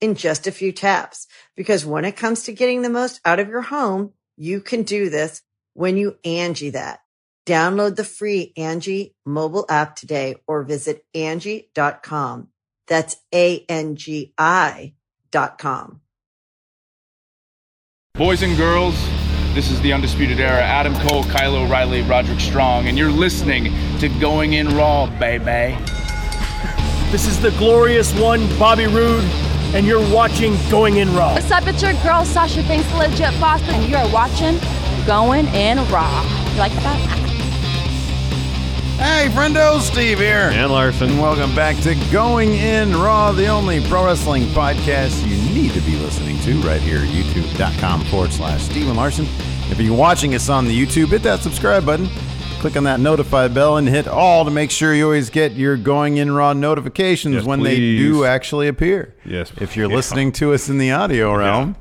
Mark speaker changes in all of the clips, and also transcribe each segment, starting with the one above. Speaker 1: in just a few taps. Because when it comes to getting the most out of your home, you can do this when you Angie that. Download the free Angie mobile app today or visit Angie.com. That's A-N-G-I dot com.
Speaker 2: Boys and girls, this is the Undisputed Era. Adam Cole, Kylo Riley, Roderick Strong, and you're listening to Going In Raw, baby.
Speaker 3: This is the glorious one, Bobby Roode, and you're watching Going In Raw.
Speaker 4: What's up, it's your girl Sasha Banks, the legit boss, and you are watching Going in Raw. You like that?
Speaker 5: Hey, friendo, Steve here.
Speaker 6: And Larson.
Speaker 5: And welcome back to Going In Raw, the only pro wrestling podcast you need to be listening to right here at youtube.com forward slash Steven Larson. If you're watching us on the YouTube, hit that subscribe button, click on that notify bell, and hit all to make sure you always get your Going In Raw notifications
Speaker 6: Yes,
Speaker 5: when
Speaker 6: please.
Speaker 5: they do actually appear.
Speaker 6: Yes,
Speaker 5: If you're
Speaker 6: yeah.
Speaker 5: listening to us in the audio realm,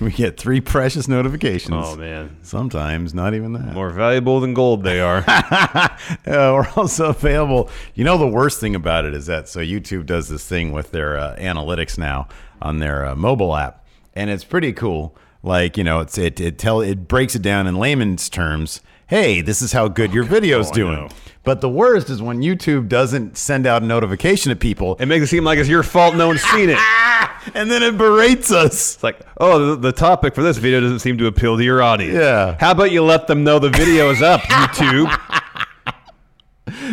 Speaker 5: we get three precious notifications.
Speaker 6: Oh man,
Speaker 5: Sometimes not even that.
Speaker 6: more valuable than gold they are.
Speaker 5: uh, we're also available. You know, the worst thing about it is that so YouTube does this thing with their uh, analytics now on their uh, mobile app, and it's pretty cool. Like you know, it's it it tell it breaks it down in layman's terms. Hey, this is how good your video's
Speaker 6: Oh, I know.
Speaker 5: doing. But the worst is when YouTube doesn't send out a notification to people,
Speaker 6: It makes it seem like it's your fault no one's seen it.
Speaker 5: and then it berates us.
Speaker 6: It's like, oh, the, the topic for this video doesn't seem to appeal to your audience.
Speaker 5: Yeah.
Speaker 6: How about you let them know the video is up, YouTube?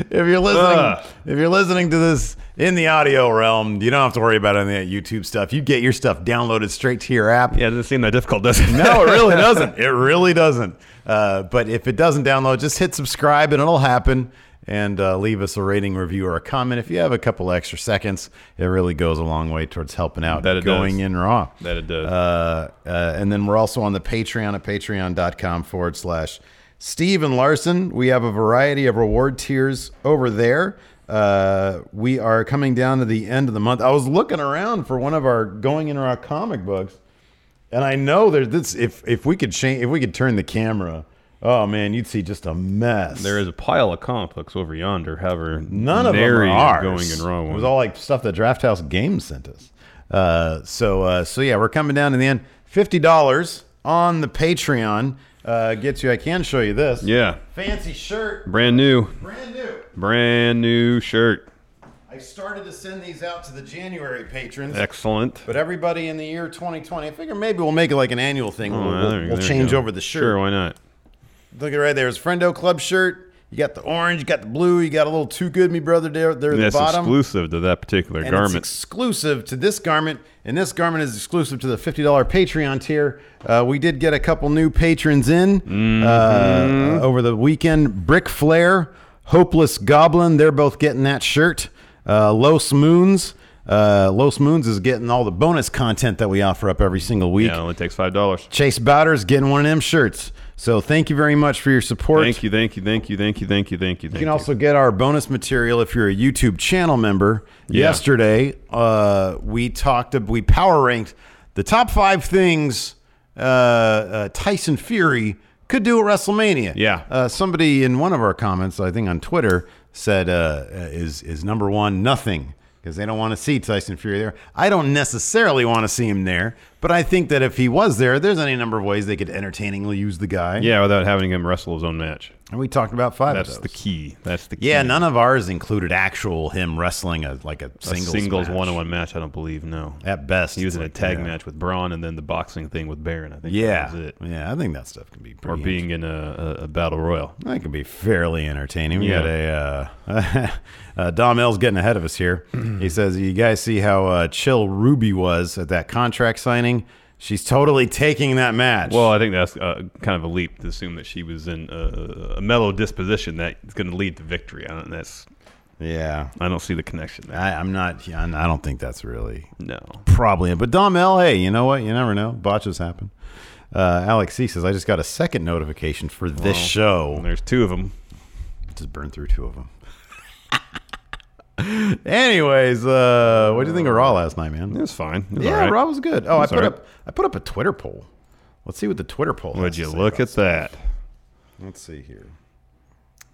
Speaker 5: If you're listening,
Speaker 6: Ugh.
Speaker 5: if you're listening to this in the audio realm, you don't have to worry about any of that YouTube stuff. You get your stuff downloaded straight to your app.
Speaker 6: yeah, it doesn't seem that difficult, does it?
Speaker 5: No, it really doesn't. It really doesn't. Uh, but if it doesn't download, just hit subscribe and it'll happen. And uh, leave us a rating, review, or a comment if you have a couple extra seconds. It really goes a long way towards helping out.
Speaker 6: That it
Speaker 5: going
Speaker 6: does.
Speaker 5: in raw.
Speaker 6: That it does.
Speaker 5: Uh, uh, and then we're also on the Patreon at patreon.com forward slash Steve and Larson. We have a variety of reward tiers over there. Uh, we are coming down to the end of the month. I was looking around for one of our going in raw comic books. And I know there's this. If if we could change, if we could turn the camera, oh man, you'd see just a mess.
Speaker 6: there is a pile of comic books over yonder. However,
Speaker 5: none of them are
Speaker 6: nary
Speaker 5: ours.
Speaker 6: going in wrong.
Speaker 5: It was all like stuff that Draft House Games sent us. Uh, so uh, so yeah, we're coming down to the end. Fifty dollars on the Patreon uh, gets you. I can show you this.
Speaker 6: yeah,
Speaker 5: fancy shirt,
Speaker 6: brand new,
Speaker 5: brand new.
Speaker 6: brand new shirt.
Speaker 5: I started to send these out to the January patrons.
Speaker 6: Excellent.
Speaker 5: But everybody in the year 2020, I figure maybe we'll make it like an annual thing.
Speaker 6: Oh,
Speaker 5: we'll
Speaker 6: there-
Speaker 5: we'll-
Speaker 6: there
Speaker 5: we'll
Speaker 6: you
Speaker 5: change
Speaker 6: go.
Speaker 5: over the shirt.
Speaker 6: Sure, why not?
Speaker 5: Look at right there. It's Friendo Club shirt. You got the orange, you got the blue, you got a little too good, me brother there, there at the
Speaker 6: That's
Speaker 5: bottom.
Speaker 6: exclusive to that particular
Speaker 5: and
Speaker 6: garment.
Speaker 5: It's exclusive to this garment, and this garment is exclusive to the fifty dollars Patreon tier. Uh, we did get a couple new patrons in
Speaker 6: Mm-hmm.
Speaker 5: uh, over the weekend. Brick Flare, Hopeless Goblin, they're both getting that shirt. Uh, Los Moons, uh, Los Moons is getting all the bonus content that we offer up every single week.
Speaker 6: yeah, it only takes five dollars.
Speaker 5: Chase Bowder's getting one of them shirts. So thank you very much for your support.
Speaker 6: Thank you, thank you, thank you, thank you, thank you, thank you.
Speaker 5: You can also get our bonus material if you're a YouTube channel member.
Speaker 6: Yeah.
Speaker 5: Yesterday, uh, we talked, we power ranked the top five things uh, uh, Tyson Fury could do at WrestleMania.
Speaker 6: Yeah.
Speaker 5: Uh, somebody in one of our comments, I think on Twitter, said uh, is is number one nothing because they don't want to see Tyson Fury there. I don't necessarily want to see him there, but I think that if he was there, there's any number of ways they could entertainingly use the guy.
Speaker 6: Yeah, without having him wrestle his own match.
Speaker 5: And we talked about five
Speaker 6: That's
Speaker 5: of
Speaker 6: the
Speaker 5: those.
Speaker 6: key. That's the key.
Speaker 5: yeah, none of ours included actual him wrestling a like a singles
Speaker 6: a singles
Speaker 5: match.
Speaker 6: one on one match. I don't believe no.
Speaker 5: At best,
Speaker 6: he was in a
Speaker 5: like,
Speaker 6: tag
Speaker 5: yeah.
Speaker 6: match with Braun, and then the boxing thing with Baron. I think.
Speaker 5: Yeah,
Speaker 6: that was it.
Speaker 5: yeah. I think that stuff can be
Speaker 6: Or
Speaker 5: pretty
Speaker 6: being in a, a, a battle royal.
Speaker 5: That can be fairly entertaining. We
Speaker 6: Yeah.
Speaker 5: got a uh, uh, Dom L's getting ahead of us here. he says, "You guys see how uh, chill Ruby was at that contract signing? She's totally taking that match."
Speaker 6: Well, I think that's uh, kind of a leap to assume that she was in a, a mellow disposition that's going to lead to victory. I don't. That's.
Speaker 5: yeah,
Speaker 6: I don't see the connection there.
Speaker 5: I, I'm not. I don't think that's really
Speaker 6: No.
Speaker 5: probably. But Dom L, hey, you know what? You never know. Botches happen. Uh, Alex C says, "I just got a second notification for this show."
Speaker 6: There's two of them.
Speaker 5: Just burn through two of them. Anyways, uh, what do you think of Raw last night, man?
Speaker 6: It was fine. It was all
Speaker 5: Yeah,
Speaker 6: right.
Speaker 5: Rob was good. Oh, I
Speaker 6: was
Speaker 5: put
Speaker 6: all
Speaker 5: up I put up a Twitter poll. Let's see what the Twitter poll. has
Speaker 6: Would
Speaker 5: to
Speaker 6: you
Speaker 5: say
Speaker 6: look
Speaker 5: about
Speaker 6: at that?
Speaker 5: it. Let's see here.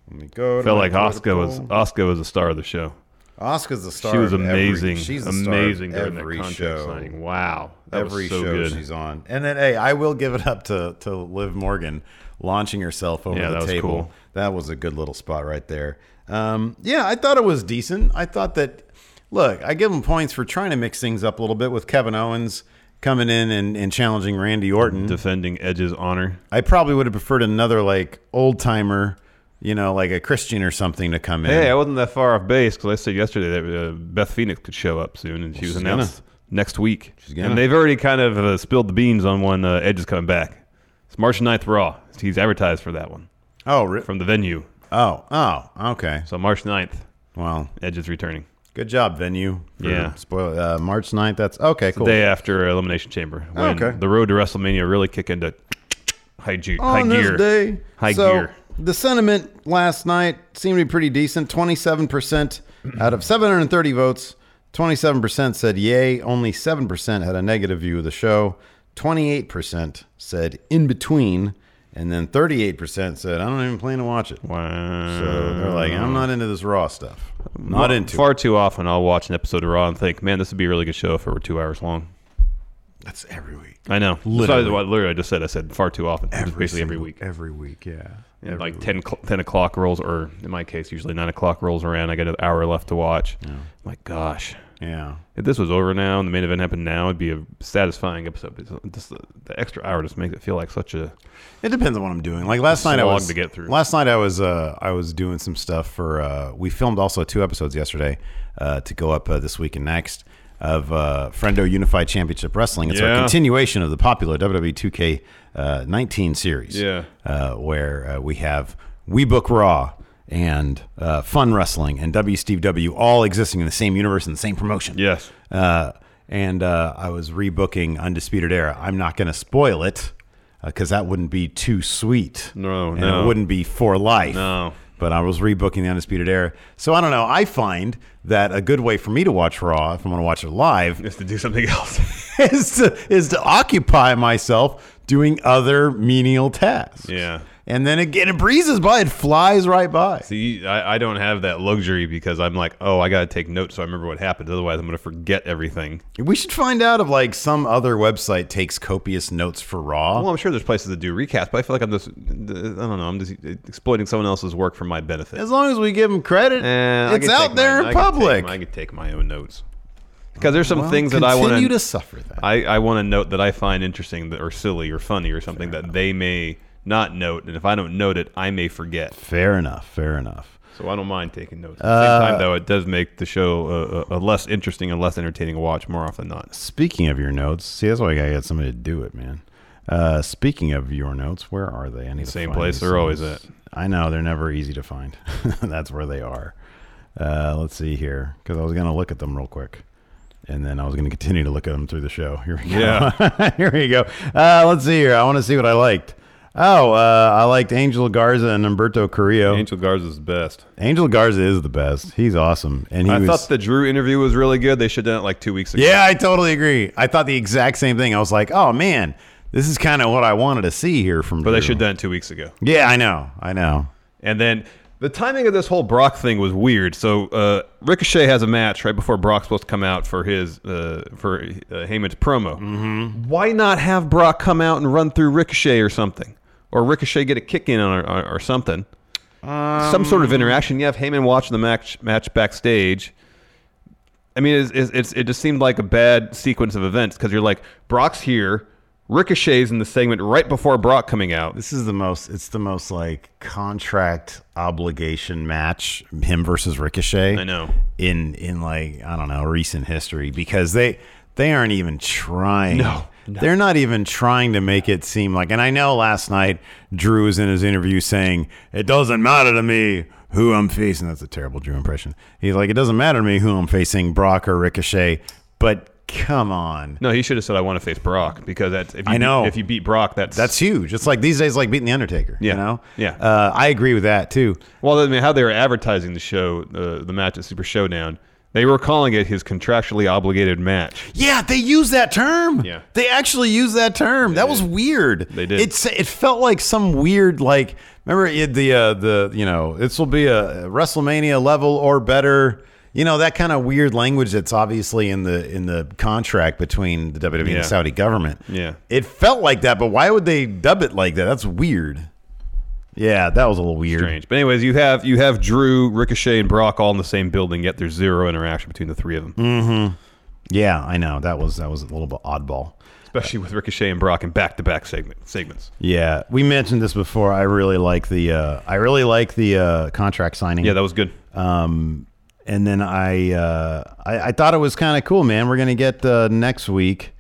Speaker 5: Let me go. to
Speaker 6: Felt
Speaker 5: my
Speaker 6: like
Speaker 5: Twitter
Speaker 6: Oscar was
Speaker 5: poll.
Speaker 6: Oscar was the star of the show.
Speaker 5: Oscar's the star.
Speaker 6: She was
Speaker 5: of every-
Speaker 6: amazing.
Speaker 5: she's the star of
Speaker 6: amazing during
Speaker 5: every
Speaker 6: that contract
Speaker 5: show.
Speaker 6: signing. Wow, that was
Speaker 5: Every
Speaker 6: so
Speaker 5: show
Speaker 6: good.
Speaker 5: she's on. And then, hey, I will give it up to to Liv Morgan launching herself over
Speaker 6: Yeah,
Speaker 5: the
Speaker 6: that was
Speaker 5: table.
Speaker 6: cool.
Speaker 5: That was a good little spot right there. Um, yeah, I thought it was decent. I thought that. Look, I give him points for trying to mix things up a little bit with Kevin Owens coming in and, and challenging Randy Orton.
Speaker 6: Defending Edge's honor.
Speaker 5: I probably would have preferred another like old timer, you know, like a Christian or something to come in.
Speaker 6: Hey, I wasn't that far off base because I said yesterday that uh, Beth Phoenix could show up soon, and she was
Speaker 5: she's
Speaker 6: announced next week.
Speaker 5: gonna.
Speaker 6: And they've already kind of uh, spilled the beans on when uh, Edge is coming back. It's March 9th Raw. He's advertised for that one
Speaker 5: oh, re-
Speaker 6: from the venue.
Speaker 5: oh, oh, okay.
Speaker 6: So March 9th,
Speaker 5: Well,
Speaker 6: Edge is returning.
Speaker 5: good job, venue. for
Speaker 6: Yeah.
Speaker 5: Spoil uh, March 9th. That's okay. Cool.
Speaker 6: Day after Elimination Chamber, when
Speaker 5: Oh, okay.
Speaker 6: the road to WrestleMania really kick into high, ge- high
Speaker 5: On
Speaker 6: gear.
Speaker 5: this day,
Speaker 6: High
Speaker 5: so
Speaker 6: gear.
Speaker 5: The sentiment last night seemed to be pretty decent. Twenty-seven percent out of seven hundred and thirty votes. Twenty-seven percent said yay. Only seven percent had a negative view of the show. Twenty-eight percent said in between, and then thirty-eight percent said I don't even plan to watch it.
Speaker 6: Wow.
Speaker 5: So they're like, I'm not into this raw stuff. Not into
Speaker 6: Far
Speaker 5: it.
Speaker 6: too often, I'll watch an episode of Raw and think, man, this would be a really good show if it were two hours long.
Speaker 5: That's every week.
Speaker 6: I know.
Speaker 5: Literally.
Speaker 6: Literally, That's what I literally I just said. I said far too often. Just basically every
Speaker 5: single-
Speaker 6: week.
Speaker 5: Every week, yeah.
Speaker 6: And like 10, cl- 10 o'clock rolls, or in my case, usually 9 o'clock rolls around. I got an hour left to watch. My gosh.
Speaker 5: Yeah.
Speaker 6: If this was over now and the main event happened now, it'd be a satisfying episode. But it's just the, the extra hour just makes it feel like such a.
Speaker 5: It depends on what I'm doing. Like last night, I
Speaker 6: slog
Speaker 5: was
Speaker 6: to get through.
Speaker 5: Last night, I was uh, I was doing some stuff for. Uh, we filmed also two episodes yesterday uh, to go up uh, this week and next of uh, Friendo Unified Championship Wrestling. It's our
Speaker 6: Yeah.
Speaker 5: continuation of the popular WWE 2K uh, 19 series.
Speaker 6: Yeah.
Speaker 5: uh, where uh, we have We Book Raw and uh, Fun Wrestling and W Steve W all existing in the same universe in the same promotion.
Speaker 6: Yes.
Speaker 5: Uh, and uh, I was rebooking Undisputed Era. I'm not going to spoil it because that wouldn't be too sweet.
Speaker 6: No,
Speaker 5: and
Speaker 6: no.
Speaker 5: It wouldn't be for life.
Speaker 6: No.
Speaker 5: But I was rebooking the Undisputed Era. So I don't know. I find that a good way for me to watch Raw, if I'm going to watch it live,
Speaker 6: Just to do something else.
Speaker 5: is to, is to occupy myself doing other menial tasks.
Speaker 6: Yeah.
Speaker 5: And then again, it breezes by. It flies right by.
Speaker 6: See, I, I don't have that luxury because I'm like, oh, I got to take notes so I remember what happened. Otherwise, I'm going to forget everything.
Speaker 5: We should find out if like some other website takes copious notes for Raw.
Speaker 6: Well, I'm sure there's places that do recaps, but I feel like I'm just, I don't know, I'm just exploiting someone else's work for my benefit.
Speaker 5: As long as we give them credit,
Speaker 6: Eh, I
Speaker 5: it's
Speaker 6: could take
Speaker 5: out there in
Speaker 6: mine. I could take
Speaker 5: public.
Speaker 6: mine. I could take my own notes because there's some
Speaker 5: Well,
Speaker 6: things that I want
Speaker 5: continue to suffer that.
Speaker 6: I, I want to note that I find interesting that, or silly or funny or something that they may not note, and if I don't note it, I may forget.
Speaker 5: fair enough. Fair enough.
Speaker 6: So I don't mind taking notes. At the same
Speaker 5: Uh,
Speaker 6: time, though, it does make the show uh, a, a, a less interesting and less entertaining watch more often than not.
Speaker 5: Speaking of your notes, see that's why I gotta get somebody to do it, man. Uh, speaking of your notes, where are they? I need to
Speaker 6: Same
Speaker 5: find
Speaker 6: place
Speaker 5: these
Speaker 6: they're always
Speaker 5: things.
Speaker 6: at.
Speaker 5: I know they're never easy to find. that's where they are. Uh, let's see here, because I was gonna look at them real quick, and then I was gonna continue to look at them through the show. Here we go. Yeah. here we go. Uh, let's see here. I want to see what I liked. Oh, uh, I liked Angel Garza and Umberto Carrillo.
Speaker 6: Angel Garza's best.
Speaker 5: Angel Garza is the best. He's awesome, and he
Speaker 6: I
Speaker 5: was.
Speaker 6: thought the Drew interview was really good. They should have done it like two weeks ago.
Speaker 5: yeah, I totally agree. I thought the exact same thing. I was like, oh man, this is kind of what I wanted to see here from.
Speaker 6: But they should have done it two weeks ago.
Speaker 5: Yeah, I know. I know.
Speaker 6: And then the timing of this whole Brock thing was weird. So uh, Ricochet has a match right before Brock's supposed to come out for his uh, for uh, Heyman's promo. Mm-hmm. Why not have Brock come out and run through Ricochet or something, or Ricochet get a kick in on or, or, or something? some sort of interaction. You have Heyman watching the match match backstage. I mean, it's, it's, it's, it just seemed like a bad sequence of events because you're like Brock's here, Ricochet's in the segment right before Brock coming out.
Speaker 5: This is the most. It's the most like contract obligation match. Him versus Ricochet.
Speaker 6: I know.
Speaker 5: In in like I don't know recent history because they they aren't even trying.
Speaker 6: No,
Speaker 5: They're not even trying to make it seem like. And I know last night Drew was in his interview saying it doesn't matter to me who I'm facing. That's a terrible Drew impression. He's like it doesn't matter to me who I'm facing, Brock or Ricochet. But come on.
Speaker 6: No, he should have said I want to face Brock because that's if you
Speaker 5: I know.
Speaker 6: beat, if you beat Brock, that's
Speaker 5: That's huge. It's like these days, like beating the Undertaker.
Speaker 6: Yeah.
Speaker 5: You know.
Speaker 6: Yeah.
Speaker 5: Uh, I agree with that too.
Speaker 6: Well, I mean, how they were advertising the show, uh, the match at Super Showdown, they were calling it his contractually obligated match.
Speaker 5: Yeah, they use that term.
Speaker 6: Yeah.
Speaker 5: They actually use that term. that was weird.
Speaker 6: They did.
Speaker 5: It's it felt like some weird like remember it, the uh, the you know this will be a WrestleMania level or better. You know that kind of weird language that's obviously in the in the contract between the WWE
Speaker 6: Yeah.
Speaker 5: and Saudi government.
Speaker 6: Yeah.
Speaker 5: It felt like that, but why would they dub it like that? That's weird. Yeah, that was a little weird.
Speaker 6: Strange, but anyways, you have you have Drew, Ricochet, and Brock all in the same building, yet there's zero interaction between the three of them,
Speaker 5: Mm. Yeah, I know. That was that was a little bit oddball.
Speaker 6: especially with Ricochet and Brock in back-to-back segment segments.
Speaker 5: Yeah, we mentioned this before. I really like the uh, I really like the uh, contract signing.
Speaker 6: Yeah, that was good.
Speaker 5: Um, and then I uh, I, I thought it was kind of cool, man. We're gonna get uh, next week,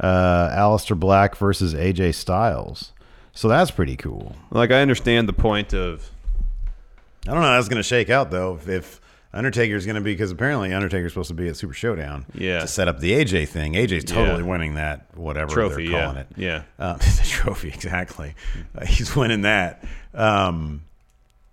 Speaker 5: uh, Alistair Black versus AJ Styles. So that's pretty cool.
Speaker 6: Like I understand the point of
Speaker 5: I don't know how that's gonna shake out though. If, if Undertaker's gonna be because apparently Undertaker's supposed to be at Super Showdown.
Speaker 6: Yeah.
Speaker 5: To set up the AJ thing. AJ's totally winning that whatever
Speaker 6: Trophy,
Speaker 5: They're
Speaker 6: yeah.
Speaker 5: calling it.
Speaker 6: Yeah.
Speaker 5: Um, the trophy exactly. Uh, he's winning that. Um,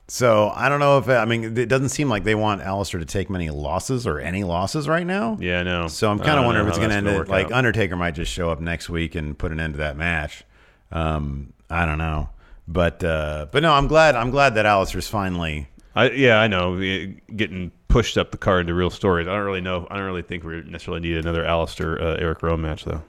Speaker 5: so I don't know if I mean it doesn't seem like they want Alistair to take many losses or any losses right now.
Speaker 6: yeah, no.
Speaker 5: So I'm
Speaker 6: I
Speaker 5: kind of
Speaker 6: don't
Speaker 5: wondering
Speaker 6: know
Speaker 5: if it's going
Speaker 6: how
Speaker 5: to
Speaker 6: that's
Speaker 5: end.
Speaker 6: gonna
Speaker 5: it
Speaker 6: work
Speaker 5: like
Speaker 6: out.
Speaker 5: Undertaker might just show up next week and put an end to that match. Um, I don't know, but uh, but no, I'm glad. I'm glad that Alistair's finally.
Speaker 6: I, yeah, I know. It- Getting pushed up the card into real stories. I don't really know. I don't really think we necessarily need another Alistair uh, Eric Rowan match though.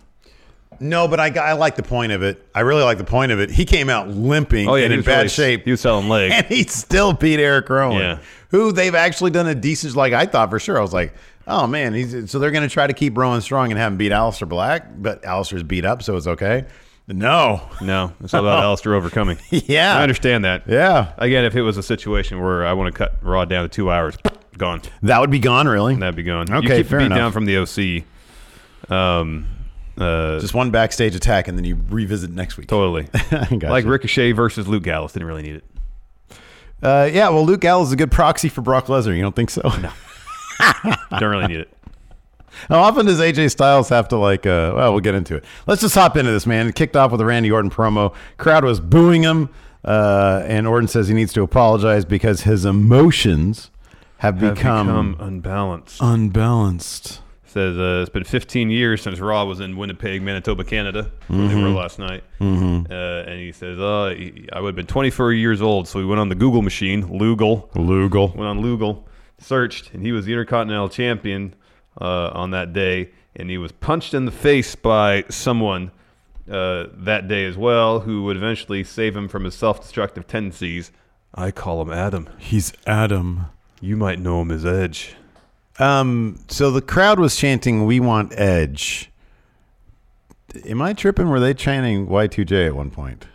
Speaker 5: No, but I, I like the point of it. I really like the point of it. He came out limping
Speaker 6: Oh yeah,
Speaker 5: and
Speaker 6: he
Speaker 5: in
Speaker 6: was
Speaker 5: bad
Speaker 6: really-
Speaker 5: shape.
Speaker 6: He was selling leg.
Speaker 5: and he still beat Eric Rowan,
Speaker 6: Yeah.
Speaker 5: who they've actually done a decent. Like I thought for sure, I was like, oh man, he's so they're going to try to keep Rowan strong and have him beat Alistair Black, but Alistair's beat up, so it's okay. No,
Speaker 6: No, it's all about Alistair overcoming.
Speaker 5: Yeah.
Speaker 6: I understand that.
Speaker 5: yeah,
Speaker 6: Again, if it was a situation where I want to cut Raw down to two hours, gone.
Speaker 5: that would be gone really.
Speaker 6: That'd be gone. you
Speaker 5: Okay,
Speaker 6: keep the
Speaker 5: fair
Speaker 6: beat
Speaker 5: enough.
Speaker 6: down from the OC. Um, uh,
Speaker 5: Just one backstage attack, and then you revisit next week.
Speaker 6: totally.
Speaker 5: Gotcha.
Speaker 6: Like Ricochet versus Luke Gallus didn't really need it.
Speaker 5: Uh, yeah, well, Luke Gallows is a good proxy for Brock Lesnar. You don't think so? No.
Speaker 6: Don't really need it.
Speaker 5: How often does AJ Styles have to like? Uh, well, we'll get into it. Let's just hop into this, man. It kicked off with a Randy Orton promo. Crowd was booing him, uh, and Orton says he needs to apologize because his emotions have, become,
Speaker 6: Become unbalanced.
Speaker 5: unbalanced.
Speaker 6: Says uh, it's been 15 years since Raw was in Winnipeg, Manitoba, Canada. Where They were last night, mm-hmm. uh, and he says, uh, he- "I would have been 24 years old." So we went on the Google machine, Lugal,
Speaker 5: Lugal.
Speaker 6: went on Lugal, searched, and he was the Intercontinental Champion uh, on that day, and he was punched in the face by someone uh, that day as well, who would eventually save him from his self-destructive tendencies. I call him Adam.
Speaker 5: He's Adam.
Speaker 6: You might know him as Edge.
Speaker 5: Um. So the crowd was chanting, "We want Edge." Am I tripping? Were they chanting Y2J at one point?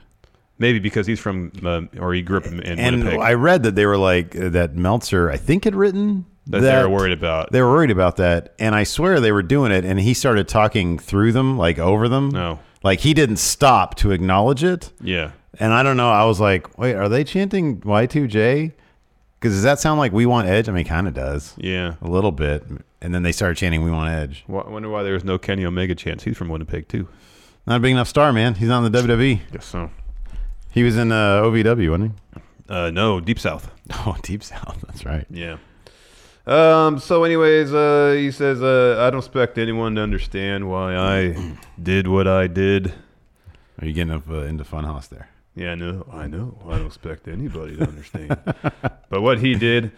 Speaker 6: Maybe because he's from, uh, or he grew up in, in
Speaker 5: And
Speaker 6: Winnipeg.
Speaker 5: I read that they were like uh, that Meltzer, I think, had written
Speaker 6: That they were worried about.
Speaker 5: They were worried about that, and I swear they were doing it. And he started talking through them, like over them.
Speaker 6: No.
Speaker 5: like he didn't stop to acknowledge it.
Speaker 6: yeah.
Speaker 5: And I don't know. I was like, wait, are they chanting Y two J? Because does that sound like we want Edge? I mean, kind of does.
Speaker 6: Yeah.
Speaker 5: a little bit. And then they started chanting, "We want Edge."
Speaker 6: Wh- I wonder why there was no Kenny Omega chance. He's from Winnipeg too.
Speaker 5: Not a big enough star, man. He's not in the WWE.
Speaker 6: Guess so.
Speaker 5: He was in uh, OVW, wasn't he?
Speaker 6: Uh, no, Deep South.
Speaker 5: Oh, Deep South. That's right.
Speaker 6: Yeah. Um. So, anyways, uh, he says, uh, "I don't expect anyone to understand why I did what I did."
Speaker 5: Are you getting up uh, into Funhouse there?
Speaker 6: Yeah, I know. I know. I don't expect anybody to understand. but what he did,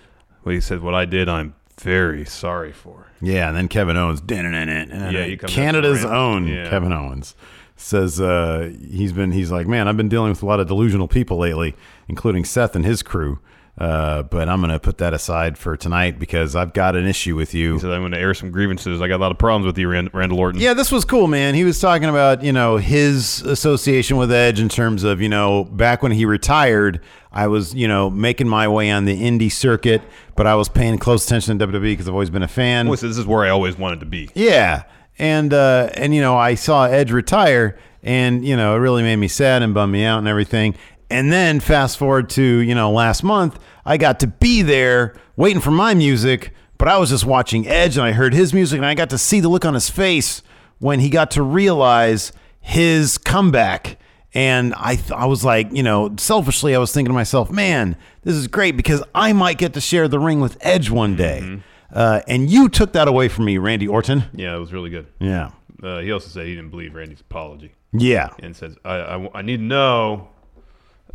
Speaker 6: what he said, what I did, I'm very sorry for.
Speaker 5: Yeah, and then Kevin Owens, yeah,
Speaker 6: he comes up
Speaker 5: Canada's
Speaker 6: with a rant.
Speaker 5: own
Speaker 6: Yeah.
Speaker 5: Kevin Owens says uh, he's been he's like, man, I've been dealing with a lot of delusional people lately, including Seth and his crew. Uh, but I'm gonna put that aside for tonight because I've got an issue with you.
Speaker 6: He said, I'm going to air some grievances. I got a lot of problems with you, Rand- Randall Orton.
Speaker 5: Yeah, this was cool, man. He was talking about, you know, his association with Edge in terms of, you know, back when he retired, I was, you know, making my way on the indie circuit, but I was paying close attention to WWE because I've always been a fan.
Speaker 6: Always said, This is where I always wanted to be.
Speaker 5: Yeah. And uh and you know, I saw Edge retire and you know, it really made me sad and bummed me out and everything. And then fast forward to, you know, last month, I got to be there waiting for my music, but I was just watching Edge and I heard his music and I got to see the look on his face when he got to realize his comeback. And I, th- I was like, you know, selfishly, I was thinking to myself, man, this is great because I might get to share the ring with Edge one day. Uh, and you took that away from me, Randy Orton.
Speaker 6: Yeah, it was really good.
Speaker 5: Yeah.
Speaker 6: Uh, he also said he didn't believe Randy's apology
Speaker 5: Yeah.
Speaker 6: and says, I, I, I need to know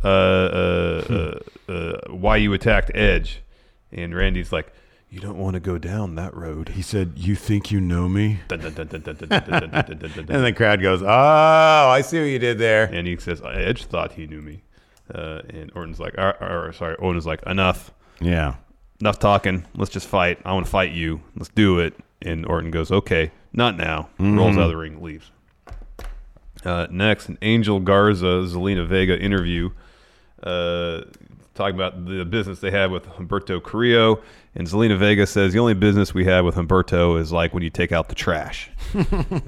Speaker 6: uh, uh, uh, uh, why you attacked Edge. And Randy's like, You don't want to go down that road. He's.
Speaker 5: said, You think you know me?
Speaker 6: Dun, dun, dun, dun, dun, dun, dun, dun, dun, dun, dun,
Speaker 5: And
Speaker 6: dun.
Speaker 5: the crowd goes, Oh, I see what you did there.
Speaker 6: And he says, Edge thought he knew me. Uh, and Orton's like, or, or, Sorry, Orton's like, Enough.
Speaker 5: Yeah.
Speaker 6: enough talking. Let's just fight. I want to fight you. Let's do it. And Orton goes, okay, not now. Rolls out of the ring, leaves. Uh, next, an Angel Garza Zelina Vega interview uh, talking about the business they have with Humberto Carrillo. And Zelina Vega says, the only business we have with Humberto is like when you take out the trash.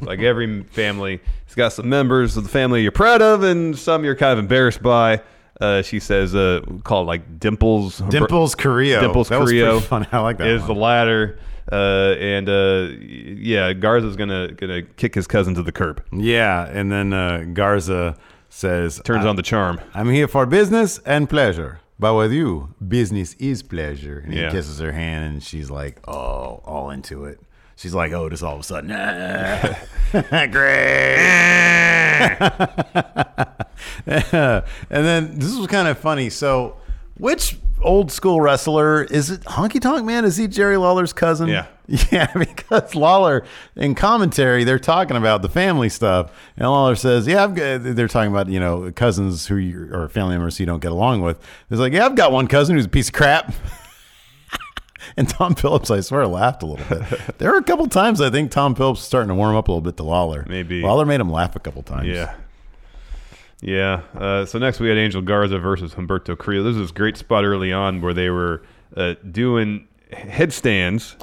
Speaker 6: like every family, it's got some members of the family you're proud of and some you're kind of embarrassed by. Uh, she says, uh, called like Dimples. Humber-
Speaker 5: Dimples Carrillo.
Speaker 6: Dimples
Speaker 5: that
Speaker 6: Carrillo.
Speaker 5: Was pretty fun. I like that.
Speaker 6: Is
Speaker 5: one.
Speaker 6: the latter, uh, and uh, y- yeah, Garza's gonna gonna kick his cousin to the curb.
Speaker 5: Yeah, and then uh, Garza says,
Speaker 6: Turns
Speaker 5: I,
Speaker 6: on the charm.
Speaker 5: I'm here for business and pleasure. But with you, business is pleasure." And
Speaker 6: Yeah.
Speaker 5: he kisses her hand, and she's like, "Oh, all into it." She's like, "Oh, this all of a sudden, ah, great." and then this was kind of funny. So, which old school wrestler is it? Honky Tonk Man? Is he Jerry Lawler's cousin?
Speaker 6: Yeah.
Speaker 5: Yeah, because Lawler in commentary they're talking about the family stuff, and Lawler says, "Yeah, I've got." They're talking about you know cousins who you, or family members who you don't get along with. It's like, "Yeah, I've got one cousin who's a piece of crap." and Tom Phillips, I swear, laughed a little bit. there were a couple times I think Tom Phillips was starting to warm up a little bit to Lawler.
Speaker 6: Maybe.
Speaker 5: Lawler made him laugh a couple times.
Speaker 6: Yeah. Yeah. Uh, so next we had Angel Garza versus Humberto Carrillo. This was a great spot early on where they were uh, doing headstands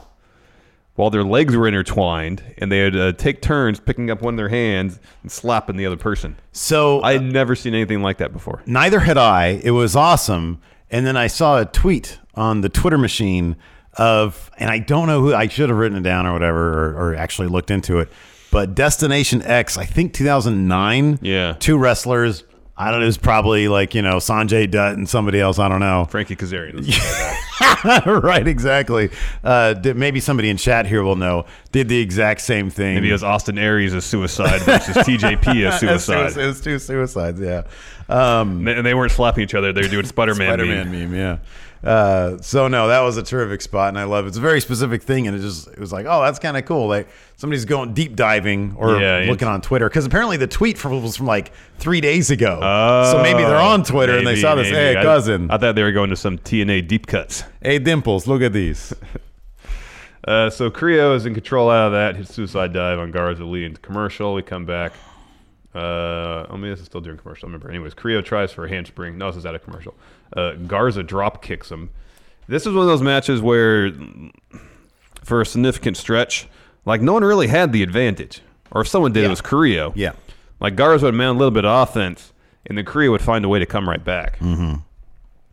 Speaker 6: while their legs were intertwined, and they would uh, take turns picking up one of their hands and slapping the other person.
Speaker 5: So
Speaker 6: I had never seen anything like that before.
Speaker 5: Neither had I. It was awesome. And then I saw a tweet on the Twitter machine of, and I don't know who, I should have written it down or whatever, or, or actually looked into it, but Destination X, I think 2009.
Speaker 6: Yeah.
Speaker 5: Two wrestlers. I don't know. It was probably like, you know, Sanjay Dutt and somebody else. I don't know.
Speaker 6: Frankie Kazarian.
Speaker 5: right, exactly. Uh, did- maybe somebody in chat here will know. Did the exact same thing.
Speaker 6: Maybe it was Austin Aries as suicide versus TJP as
Speaker 5: It was two-
Speaker 6: suicide.
Speaker 5: It was two suicides, yeah. Um,
Speaker 6: And they- and they weren't slapping each other. They were doing Spider-Man.
Speaker 5: Spider
Speaker 6: meme.
Speaker 5: Man meme. yeah. Uh, so no, that was a terrific spot, and I love it. It's a very specific thing, and it just it was like, oh, that's kind of cool. Like somebody's going deep diving or
Speaker 6: Yeah,
Speaker 5: looking
Speaker 6: it's-
Speaker 5: on Twitter because apparently the tweet from, was from like three days ago. so maybe they're on Twitter and they
Speaker 6: Oh, Maybe,
Speaker 5: saw this.
Speaker 6: maybe.
Speaker 5: Hey,
Speaker 6: I-
Speaker 5: cousin.
Speaker 6: I, thought they were going to some TNA deep cuts.
Speaker 5: hey, dimples. Look at these.
Speaker 6: Uh, so Creo is in control out of that. His suicide dive on Garza leading to commercial. We come back. Uh, oh, maybe this is still during commercial. I remember. Anyways, Creo tries for a handspring. No, this is out of commercial. Uh, Garza drop kicks him. This is one of those matches where, for a significant stretch, like no one really had the advantage. Or if someone did, it was Creo.
Speaker 5: Yeah.
Speaker 6: Like Garza would mount a little bit of offense, and then Creo would find a way to come right back.
Speaker 5: Mm.
Speaker 6: Mm-hmm.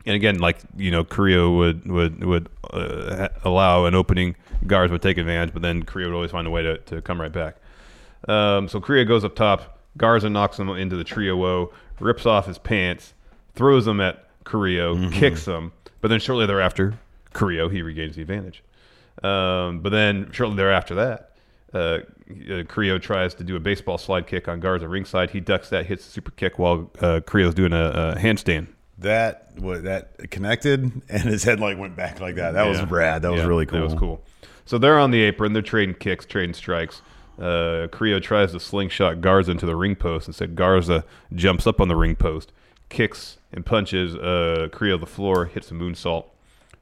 Speaker 6: And again, like you know, Creo would would would uh, ha- allow an opening. Garza would take advantage, but then Creo would always find a way to, to come right back. Um, so Creo goes up top. Garza knocks him into the trio O, rips off his pants, throws him at Creo, kicks him. But then shortly thereafter, Creo he regains the advantage. Um, but then shortly thereafter that, uh, uh, Creo tries to do a baseball slide kick on Garza ringside. He ducks that, hits the super kick while uh, Creo's doing a, a handstand.
Speaker 5: That what that connected, and his head like went back like that. That
Speaker 6: Yeah.
Speaker 5: was rad. That was
Speaker 6: Yeah,
Speaker 5: really cool.
Speaker 6: That was cool. So they're on the apron. They're trading kicks, trading strikes. Uh, Creo tries to slingshot Garza into the ring post. Instead, Garza jumps up on the ring post, kicks and punches uh, Creo to the floor, hits a moonsault.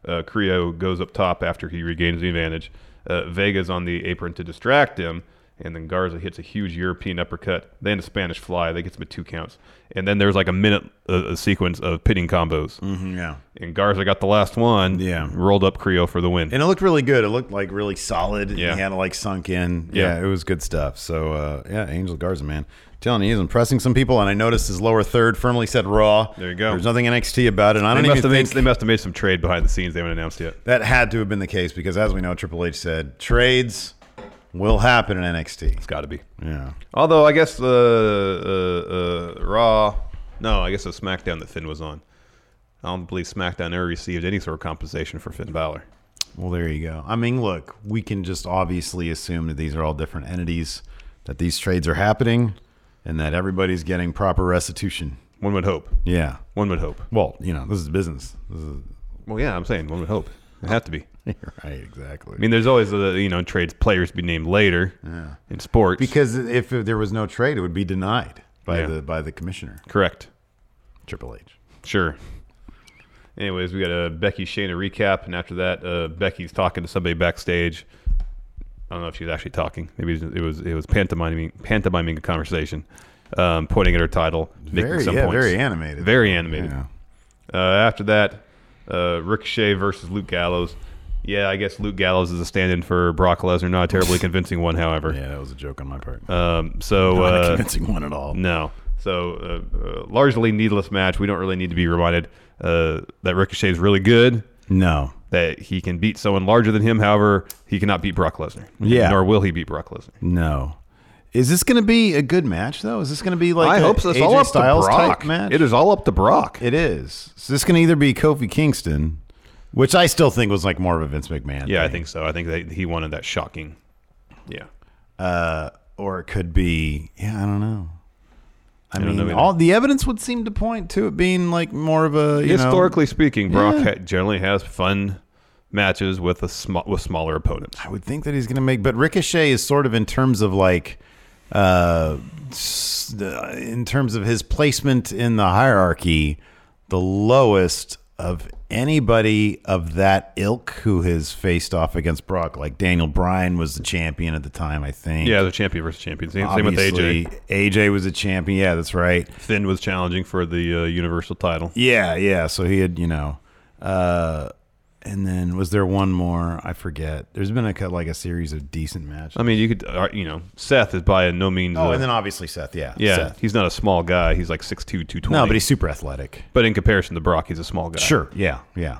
Speaker 6: Uh, Creo goes up top after he regains the advantage. Uh, Vega's on the apron to distract him, and then Garza hits a huge European uppercut, then a Spanish fly that gets him at two counts. And then there's like a minute uh, a sequence of pitting combos.
Speaker 5: Yeah.
Speaker 6: And Garza got the last one,
Speaker 5: Yeah.
Speaker 6: rolled up Creo for the win.
Speaker 5: And it looked really good. It looked like really solid.
Speaker 6: Yeah.
Speaker 5: He had it like sunk in. Yeah.
Speaker 6: Yeah.
Speaker 5: it was good stuff. So uh, yeah, Angel Garza, man. telling you, he's impressing some people, and I noticed his lower third firmly said raw.
Speaker 6: There you go.
Speaker 5: There's nothing NXT about it. And I
Speaker 6: they,
Speaker 5: don't
Speaker 6: must
Speaker 5: even
Speaker 6: have made,
Speaker 5: think
Speaker 6: they must have made some trade behind the scenes they haven't announced yet.
Speaker 5: that had to have been the case because as we know, Triple H said trades will happen in NXT.
Speaker 6: It's got to be.
Speaker 5: Yeah.
Speaker 6: Although I guess uh, uh, uh, Raw, no, I guess it was SmackDown that Finn was on. I don't believe SmackDown ever received any sort of compensation for Finn Balor.
Speaker 5: Well, there you go. I mean, look, we can just obviously assume that these are all different entities, that these trades are happening, and that everybody's getting proper restitution.
Speaker 6: One would hope.
Speaker 5: Yeah.
Speaker 6: One would hope.
Speaker 5: Well, you know, this is business. This is,
Speaker 6: Well, yeah, I'm saying one would hope. It have to be. I
Speaker 5: right, exactly.
Speaker 6: mean, there's always the you know trades players be named later in sports.
Speaker 5: because if there was no trade, it would be denied by
Speaker 6: Yeah.
Speaker 5: the by the commissioner,
Speaker 6: correct.
Speaker 5: Triple H.
Speaker 6: Sure. Anyways, we got a Becky Shayna recap, and after that, uh, Becky's talking to somebody backstage. I don't know if she was actually talking. Maybe it was it was pantomiming pantomiming a conversation, um, pointing at her title, making
Speaker 5: Very,
Speaker 6: some
Speaker 5: yeah,
Speaker 6: points.
Speaker 5: very animated.
Speaker 6: Very animated.
Speaker 5: Yeah.
Speaker 6: Uh, after that, uh, Ricochet versus Luke Gallows. Yeah, I guess Luke Gallows is a stand-in for Brock Lesnar. Not a terribly convincing one, however.
Speaker 5: Yeah, that was a joke on my part.
Speaker 6: Um, so
Speaker 5: Not a
Speaker 6: uh,
Speaker 5: convincing one at all.
Speaker 6: no. So uh, uh, largely needless match. We don't really need to be reminded uh, that Ricochet is really good.
Speaker 5: No.
Speaker 6: That he can beat someone larger than him. However, he cannot beat Brock Lesnar.
Speaker 5: Yeah.
Speaker 6: Nor will he beat Brock Lesnar.
Speaker 5: No. Is this going to be a good match though? Is this going to be like
Speaker 6: I
Speaker 5: a
Speaker 6: hope so. It's
Speaker 5: AJ
Speaker 6: all up
Speaker 5: Styles
Speaker 6: to
Speaker 5: type
Speaker 6: Brock.
Speaker 5: match?
Speaker 6: It is all up to Brock.
Speaker 5: It is. So this can either be Kofi Kingston, which I still think was like more of a Vince McMahon.
Speaker 6: yeah, I
Speaker 5: thing,
Speaker 6: think so. I think that he wanted that shocking. Yeah.
Speaker 5: or it could be. Yeah, I don't know. I,
Speaker 6: don't
Speaker 5: mean,
Speaker 6: know either.
Speaker 5: all the evidence would seem to point to it being like more of a you know-
Speaker 6: Historically speaking, Brock
Speaker 5: Yeah.
Speaker 6: ha- generally has fun matches with a sm- with smaller opponents.
Speaker 5: I would think that he's going to make, but Ricochet is sort of in terms of like, uh, s- uh, in terms of his placement in the hierarchy, the lowest of anybody of that ilk who has faced off against Brock. Like Daniel Bryan was the champion at the time, I think.
Speaker 6: Yeah, the champion versus champion. Same, same with
Speaker 5: Obviously,
Speaker 6: AJ.
Speaker 5: AJ was a champion. Yeah, that's right.
Speaker 6: Finn was challenging for the uh, Universal title.
Speaker 5: Yeah, yeah. So he had, you know, uh, and then was there one more? I forget. There's been a cut like a series of decent matches.
Speaker 6: I mean, you could, uh, you know, Seth is by no means.
Speaker 5: Oh,
Speaker 6: uh,
Speaker 5: and then obviously Seth. Yeah.
Speaker 6: yeah,
Speaker 5: Seth.
Speaker 6: he's not a small guy. He's like 6'2", 220.
Speaker 5: No, but he's super athletic.
Speaker 6: but in comparison to Brock, he's a small guy.
Speaker 5: Yeah. Yeah.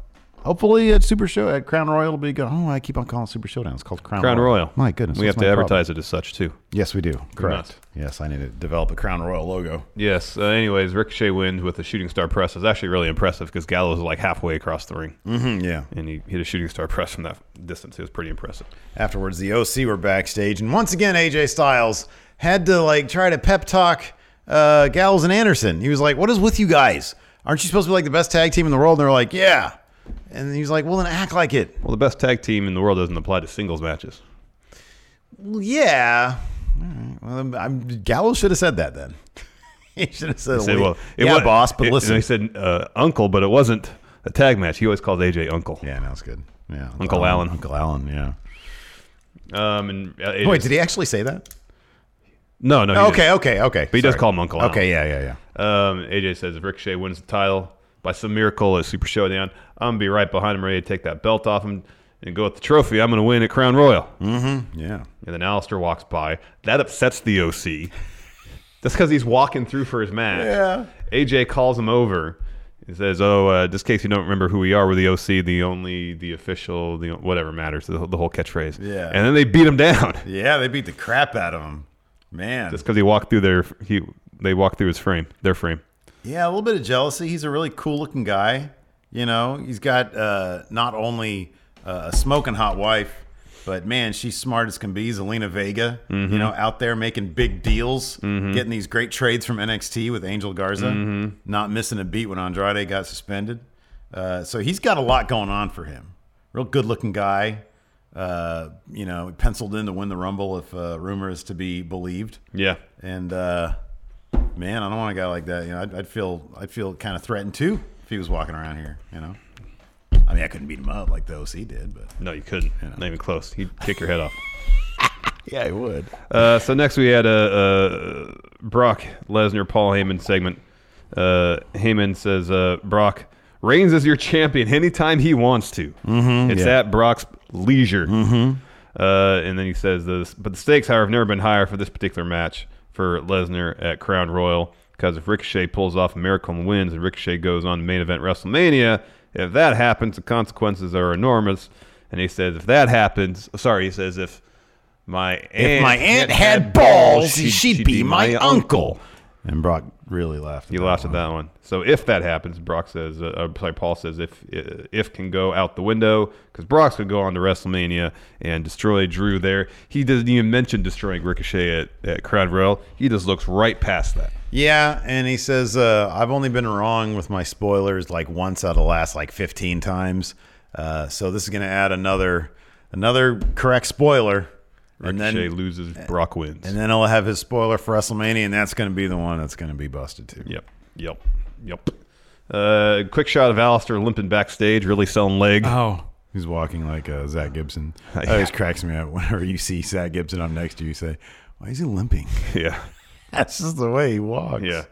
Speaker 5: hopefully at Super Show at Crown Royal will be good. Oh, I keep on calling it Super Showdown. It's called Crown,
Speaker 6: Crown Royal.
Speaker 5: Oh, My goodness,
Speaker 6: We have
Speaker 5: what's
Speaker 6: to
Speaker 5: my problem?
Speaker 6: advertise it as such too.
Speaker 5: Yes, we do. Correct.
Speaker 6: must.
Speaker 5: Yes, I need to develop a Crown Royal logo.
Speaker 6: Yes. Uh, anyways, Ricochet wins with a shooting star press. is actually really impressive because Gallows was like halfway across the ring,
Speaker 5: Mm-hmm, yeah.
Speaker 6: and he hit a shooting star press from that distance. It was pretty impressive.
Speaker 5: Afterwards, the OC were backstage, and once again, AJ Styles had to like try to pep talk uh, Gallows and Anderson. He was like, "What is with you guys? Aren't you supposed to be like the best tag team in the world?" And they're like, "Yeah." And he was like, "Well, then act like it."
Speaker 6: Well, the best tag team in the world doesn't apply to singles matches.
Speaker 5: Well, yeah. All right. Well, I'm, I'm- Gallows should have said that then. he should have said,
Speaker 6: They said, "Well,
Speaker 5: yeah,
Speaker 6: wa-
Speaker 5: boss, but
Speaker 6: it-
Speaker 5: listen."
Speaker 6: And they said uh, Uncle, but it wasn't a tag match. He always calls AJ Uncle.
Speaker 5: yeah, no, it's good. Yeah,
Speaker 6: Uncle Allen.
Speaker 5: Uncle Allen. Yeah.
Speaker 6: Um, and uh,
Speaker 5: Wait, did he actually say that?
Speaker 6: No, no. he
Speaker 5: okay,
Speaker 6: didn't.
Speaker 5: okay, okay.
Speaker 6: But he does call him Uncle Allen.
Speaker 5: Okay, yeah, yeah, yeah.
Speaker 6: Um, AJ says if Ricochet wins the title by some miracle at Super Showdown, I'm gonna be right behind him, ready to take that belt off him and go with the trophy. I'm gonna win at Crown Royal.
Speaker 5: Mm-hmm. Yeah.
Speaker 6: And then Alistair walks by. That upsets the OC. That's because he's walking through for his match.
Speaker 5: Yeah.
Speaker 6: AJ calls him over and says, "Oh, uh, just in case you don't remember who we are, we're the OC, the only, the official, the whatever matters, the, the whole catchphrase."
Speaker 5: Yeah.
Speaker 6: And then they beat him down
Speaker 5: Yeah, they beat the crap out of him. Man.
Speaker 6: just because he walked through their he they walked through his frame, their frame.
Speaker 5: yeah, a little bit of jealousy. He's a really cool looking guy. You know, he's got uh, not only uh, a smoking hot wife, but man, she's smart as can be. Zelina Vega, you know, out there making big deals, getting these great trades from NXT with Angel Garza, not missing a beat when Andrade got suspended. Uh, so he's got a lot going on for him. Real good looking guy. Uh, you know, penciled in to win the Rumble if uh, rumor is to be believed.
Speaker 6: Yeah.
Speaker 5: And uh, man, I don't want a guy like that. You know, I'd, I'd feel I'd feel kind of threatened too if he was walking around here. You know, I mean, I couldn't beat him up like the OC did, but
Speaker 6: No, you couldn't. Not even close. He'd kick your head off.
Speaker 5: yeah, he would.
Speaker 6: Uh, so next we had a, uh Brock Lesnar Paul Heyman segment. Uh, Heyman says uh, Brock Reigns is your champion anytime he wants to. Mm-hmm, it's
Speaker 5: yeah.
Speaker 6: at Brock's leisure. Mm-hmm. Uh, and then he says this, but the stakes, however, have never been higher for this particular match for Lesnar at Crown Royal because if Ricochet pulls off a miracle and wins, and Ricochet goes on to main event WrestleMania, if that happens, the consequences are enormous. And he says, if that happens, sorry, he says if my
Speaker 5: If my aunt had balls, she'd be my uncle. And Brock really laughed.
Speaker 6: He
Speaker 5: that
Speaker 6: laughed at
Speaker 5: one.
Speaker 6: that one. So if that happens, Brock says, uh, uh, sorry, Paul says, if uh, if can go out the window because Brock's gonna go on to WrestleMania and destroy Drew there. He doesn't even mention destroying Ricochet at, at Crown Royal. He just looks right past that.
Speaker 5: Yeah, and he says, uh, "I've only been wrong with my spoilers like once out of the last like 15 times, uh, so this is going to add another another correct spoiler." And
Speaker 6: Ricochet
Speaker 5: then,
Speaker 6: loses. Brock wins.
Speaker 5: and then he'll have his spoiler for WrestleMania, and that's going to be the one that's going to be busted too.
Speaker 6: Yep. Yep. Yep. Uh, quick shot of Alistair limping backstage, really selling leg.
Speaker 5: Oh. He's walking like uh, Zach Gibson. That always cracks me up whenever you see Zach Gibson up next to you. You say, why is he limping?
Speaker 6: Yeah.
Speaker 5: That's just the way he walks.
Speaker 6: Yeah.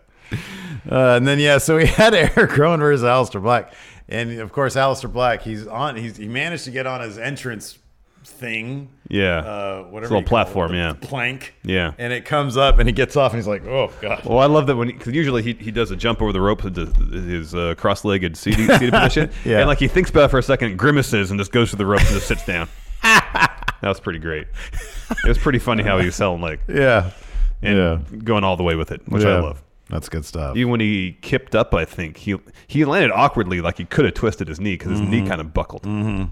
Speaker 5: Uh, and then, yeah, so we had Eric Rowan versus Alistair Black. And, of course, Alistair Black, he's on. He's, he managed to get on his entrance thing.
Speaker 6: Yeah.
Speaker 5: Uh, whatever
Speaker 6: It's a little
Speaker 5: you call it,
Speaker 6: platform,
Speaker 5: the
Speaker 6: yeah.
Speaker 5: Plank.
Speaker 6: Yeah.
Speaker 5: And it comes up and he gets off and he's like, oh, God.
Speaker 6: Well, I love that when because usually he, he does a jump over the rope to the- his uh, cross-legged seated, seated position,
Speaker 5: Yeah.
Speaker 6: and like he thinks about it for a second, grimaces, and just goes to the rope and just sits down. that was pretty great. It was pretty funny how he was selling like
Speaker 5: Yeah.
Speaker 6: and
Speaker 5: Yeah.
Speaker 6: going all the way with it, which I
Speaker 5: Yeah.
Speaker 6: love.
Speaker 5: That's good stuff.
Speaker 6: Even when he kipped up, I think he he landed awkwardly, like he could have twisted his knee because his knee kind of buckled. Mm-hmm.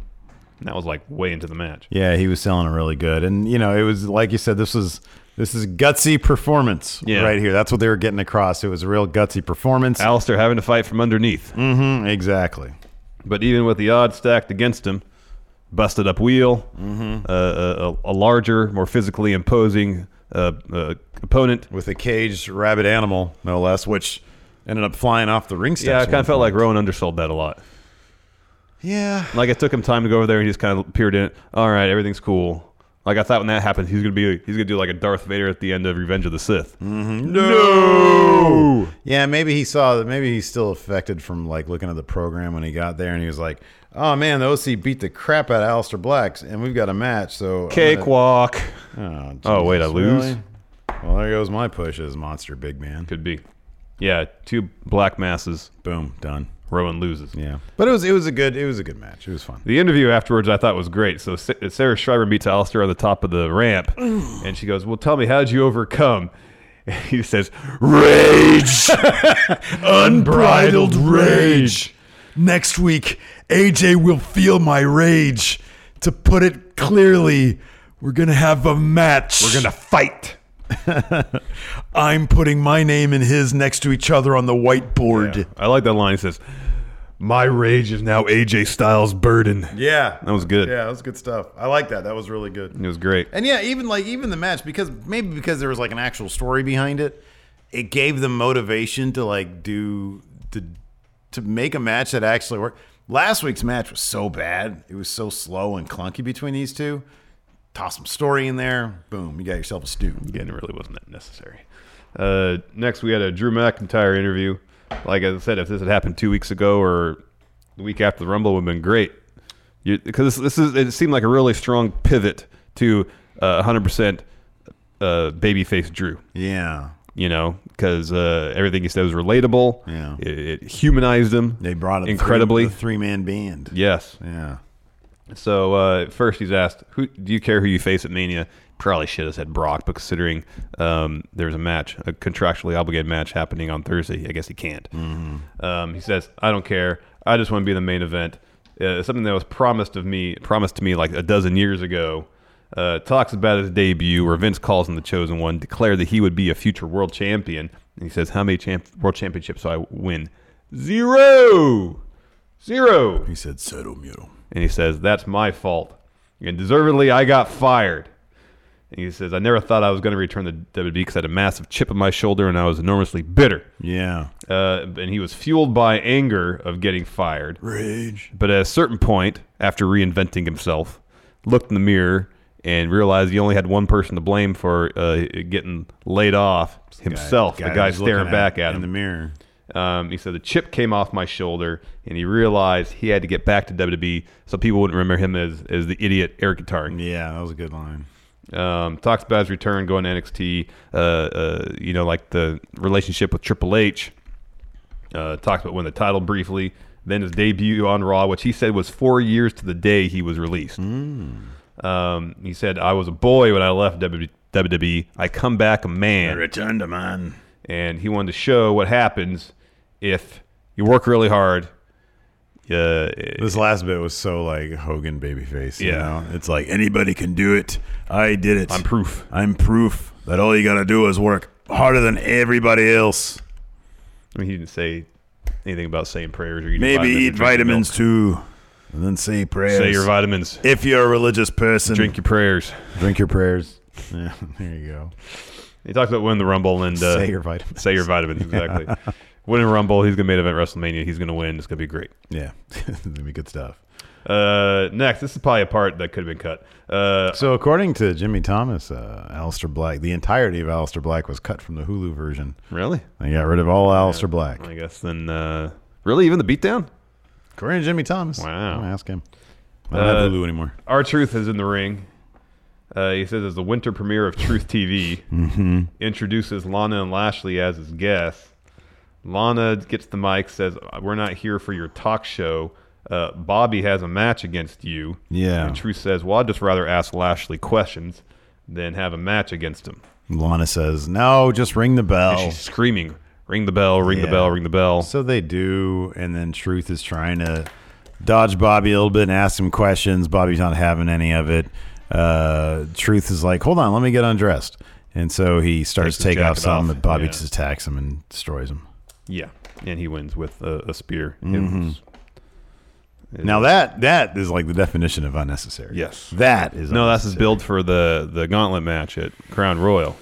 Speaker 6: And that was like way into the match.
Speaker 5: Yeah, he was selling it really good, and you know, it was like you said, this was this is gutsy performance
Speaker 6: Yeah.
Speaker 5: right here. That's what they were getting across. It was a real gutsy performance.
Speaker 6: Alistair having to fight from underneath.
Speaker 5: hmm exactly.
Speaker 6: But even with the odds stacked against him, busted up wheel,
Speaker 5: Mm-hmm.
Speaker 6: uh, a, a, a larger, more physically imposing uh, uh, opponent.
Speaker 5: With a caged rabbit animal, no less, which ended up flying off the ring steps.
Speaker 6: Yeah, I
Speaker 5: at
Speaker 6: kind
Speaker 5: one
Speaker 6: of felt
Speaker 5: point.
Speaker 6: like Rowan undersold that a lot.
Speaker 5: yeah,
Speaker 6: Like it took him time to go over there and he just kind of peered in. All right, everything's cool. Like I thought when that happened, he's gonna be he's gonna do like a Darth Vader at the end of Revenge of the Sith.
Speaker 5: Mm,
Speaker 6: Mm-hmm. No.
Speaker 5: Yeah, maybe he saw that. Maybe he's still affected from like looking at the program when he got there, and he was like, "Oh man, the OC beat the crap out of Alistair Black's, and we've got a match." So I'm gonna-
Speaker 6: Cakewalk.
Speaker 5: Oh,
Speaker 6: Oh, wait, I
Speaker 5: Jesus,
Speaker 6: lose?
Speaker 5: really? Well, there goes my push as monster big man.
Speaker 6: Could be. Yeah, two black masses.
Speaker 5: Boom, done.
Speaker 6: Rowan loses.
Speaker 5: Yeah, but it was it was a good it was a good match. It was fun.
Speaker 6: The interview afterwards I thought was great. So Sa- Sarah Schreiber meets Alistair on the top of the ramp, and she goes, "Well, tell me, how did you overcome?" And he says, "Rage, unbridled rage."
Speaker 7: Next week, AJ will feel my rage. To put it clearly, we're going to have a match. We're going to
Speaker 6: fight.
Speaker 7: I'm putting my name and his next to each other on the whiteboard.
Speaker 6: I like that line. He says, "My rage is now AJ Styles' burden."
Speaker 5: Yeah,
Speaker 6: that was good.
Speaker 5: Yeah, that was good stuff. I like that. That was really good.
Speaker 6: It was great.
Speaker 5: And yeah, even like even the match because maybe because there was like an actual story behind it, it gave them motivation to like do to to make a match that actually worked. Last week's match was so bad; it was so slow and clunky between these two. Toss some story in there, boom, you got yourself a stew.
Speaker 6: Again, it really wasn't that necessary. Uh, next, we had a Drew McIntyre interview. Like I said, if this had happened two weeks ago or the week after the Rumble, would have been great. Because this, this is it seemed like a really strong pivot to uh, 100% uh, babyface Drew.
Speaker 5: Yeah,
Speaker 6: You know, because uh, everything he said was relatable.
Speaker 5: Yeah.
Speaker 6: it, it humanized him.
Speaker 5: they brought it
Speaker 6: incredibly.
Speaker 5: three man band.
Speaker 6: yes.
Speaker 5: Yeah,
Speaker 6: So uh, first, he's asked, "Who do you care who you face at Mania?" Probably should have said Brock, but considering um, there's a match, a contractually obligated match happening on Thursday, I guess he can't. Um, he says, "I don't care. I just want to be in the main event." Uh, something that was promised of me, promised to me like a dozen years ago. Uh, talks about his debut, where Vince calls him the chosen one, declared that he would be a future world champion, and he says, "How many champ- world championships do I win? Zero, zero."
Speaker 7: He said, Settle Muro.
Speaker 6: And he says, That's my fault. And deservedly, I got fired. And he says, I never thought I was going to return to WWE because I had a massive chip on my shoulder and I was enormously bitter.
Speaker 5: yeah.
Speaker 6: Uh, and he was fueled by anger of getting fired.
Speaker 7: Rage.
Speaker 6: But at a certain point, after reinventing himself, looked in the mirror and realized he only had one person to blame for uh, getting laid off himself, the guy
Speaker 5: who's looking
Speaker 6: staring back at
Speaker 5: in
Speaker 6: him.
Speaker 5: the mirror.
Speaker 6: Um, he said the chip came off my shoulder, and he realized he had to get back to WWE so people wouldn't remember him as, as the idiot air guitar.
Speaker 5: Yeah, that was a good line.
Speaker 6: Um, talks about his return going to NXT, uh, uh, you know, like the relationship with Triple H. Uh, talks about winning the title briefly, then his debut on Raw, which he said was four years to the day he was released. Um, he said, I was a boy when I left WWE. I come back a man
Speaker 5: Return to man.
Speaker 6: and he wanted to show what happens if you work really hard. Uh,
Speaker 5: This last bit was so like Hogan babyface. You
Speaker 6: Yeah.
Speaker 5: know? it's like anybody can do it. I did it.
Speaker 6: I'm proof.
Speaker 5: I'm proof that all you gotta do is work harder than everybody else.
Speaker 6: I mean, he didn't say anything about saying prayers or eating
Speaker 5: Maybe
Speaker 6: vitamins or
Speaker 5: eat
Speaker 6: drinking
Speaker 5: vitamins
Speaker 6: milk.
Speaker 5: too, and then say prayers.
Speaker 6: Say your vitamins.
Speaker 5: if you're a religious person,
Speaker 6: Drink your prayers.
Speaker 5: drink your prayers. Yeah, there you go.
Speaker 6: He talks about winning the Rumble and uh,
Speaker 5: Say your vitamins.
Speaker 6: Say your vitamins exactly. Winning Rumble, he's gonna main event WrestleMania. He's gonna win. It's gonna be great.
Speaker 5: Yeah, that'd be good stuff.
Speaker 6: Uh, next, this is probably a part that could have been cut. Uh,
Speaker 5: So, according to Jimmy Thomas, uh, Alistair Black, the entirety of Alistair Black was cut from the Hulu version.
Speaker 6: really?
Speaker 5: They got rid of all Alistair Black.
Speaker 6: I guess then. Uh, really, even the beatdown?
Speaker 5: According to Jimmy Thomas.
Speaker 6: Wow.
Speaker 5: I'm gonna ask him. I don't have
Speaker 6: Uh,
Speaker 5: Hulu anymore.
Speaker 6: Our Truth is in the ring. Uh, he says it's the winter premiere of Truth TV.
Speaker 5: Mm-hmm.
Speaker 6: Introduces Lana and Lashley as his guests. Lana gets the mic, says, "We're not here for your talk show. Uh, Bobby has a match against you."
Speaker 5: Yeah.
Speaker 6: And Truth says, "Well, I'd just rather ask Lashley questions than have a match against him."
Speaker 5: Lana says, "No, just ring the
Speaker 6: And
Speaker 5: bell."
Speaker 6: she's screaming, "Ring the bell! Ring
Speaker 5: Oh. Yeah.
Speaker 6: the bell! Ring the bell!"
Speaker 5: So they do, and then Truth is trying to dodge Bobby a little bit and ask him questions. Bobby's not having any of it. Uh, Truth is like, "Hold on, let me get undressed," and so he starts
Speaker 6: Takes his
Speaker 5: to take off
Speaker 6: jacket
Speaker 5: some,
Speaker 6: off,
Speaker 5: but Bobby
Speaker 6: yeah.
Speaker 5: just attacks him and destroys him.
Speaker 6: yeah, and he wins with a, a spear. It
Speaker 5: Mm-hmm.
Speaker 6: was-
Speaker 5: Now that that is like the definition of unnecessary.
Speaker 6: Yes.
Speaker 5: that is
Speaker 6: no, that's his
Speaker 5: unnecessary.
Speaker 6: build for the the gauntlet match at Crown Royal.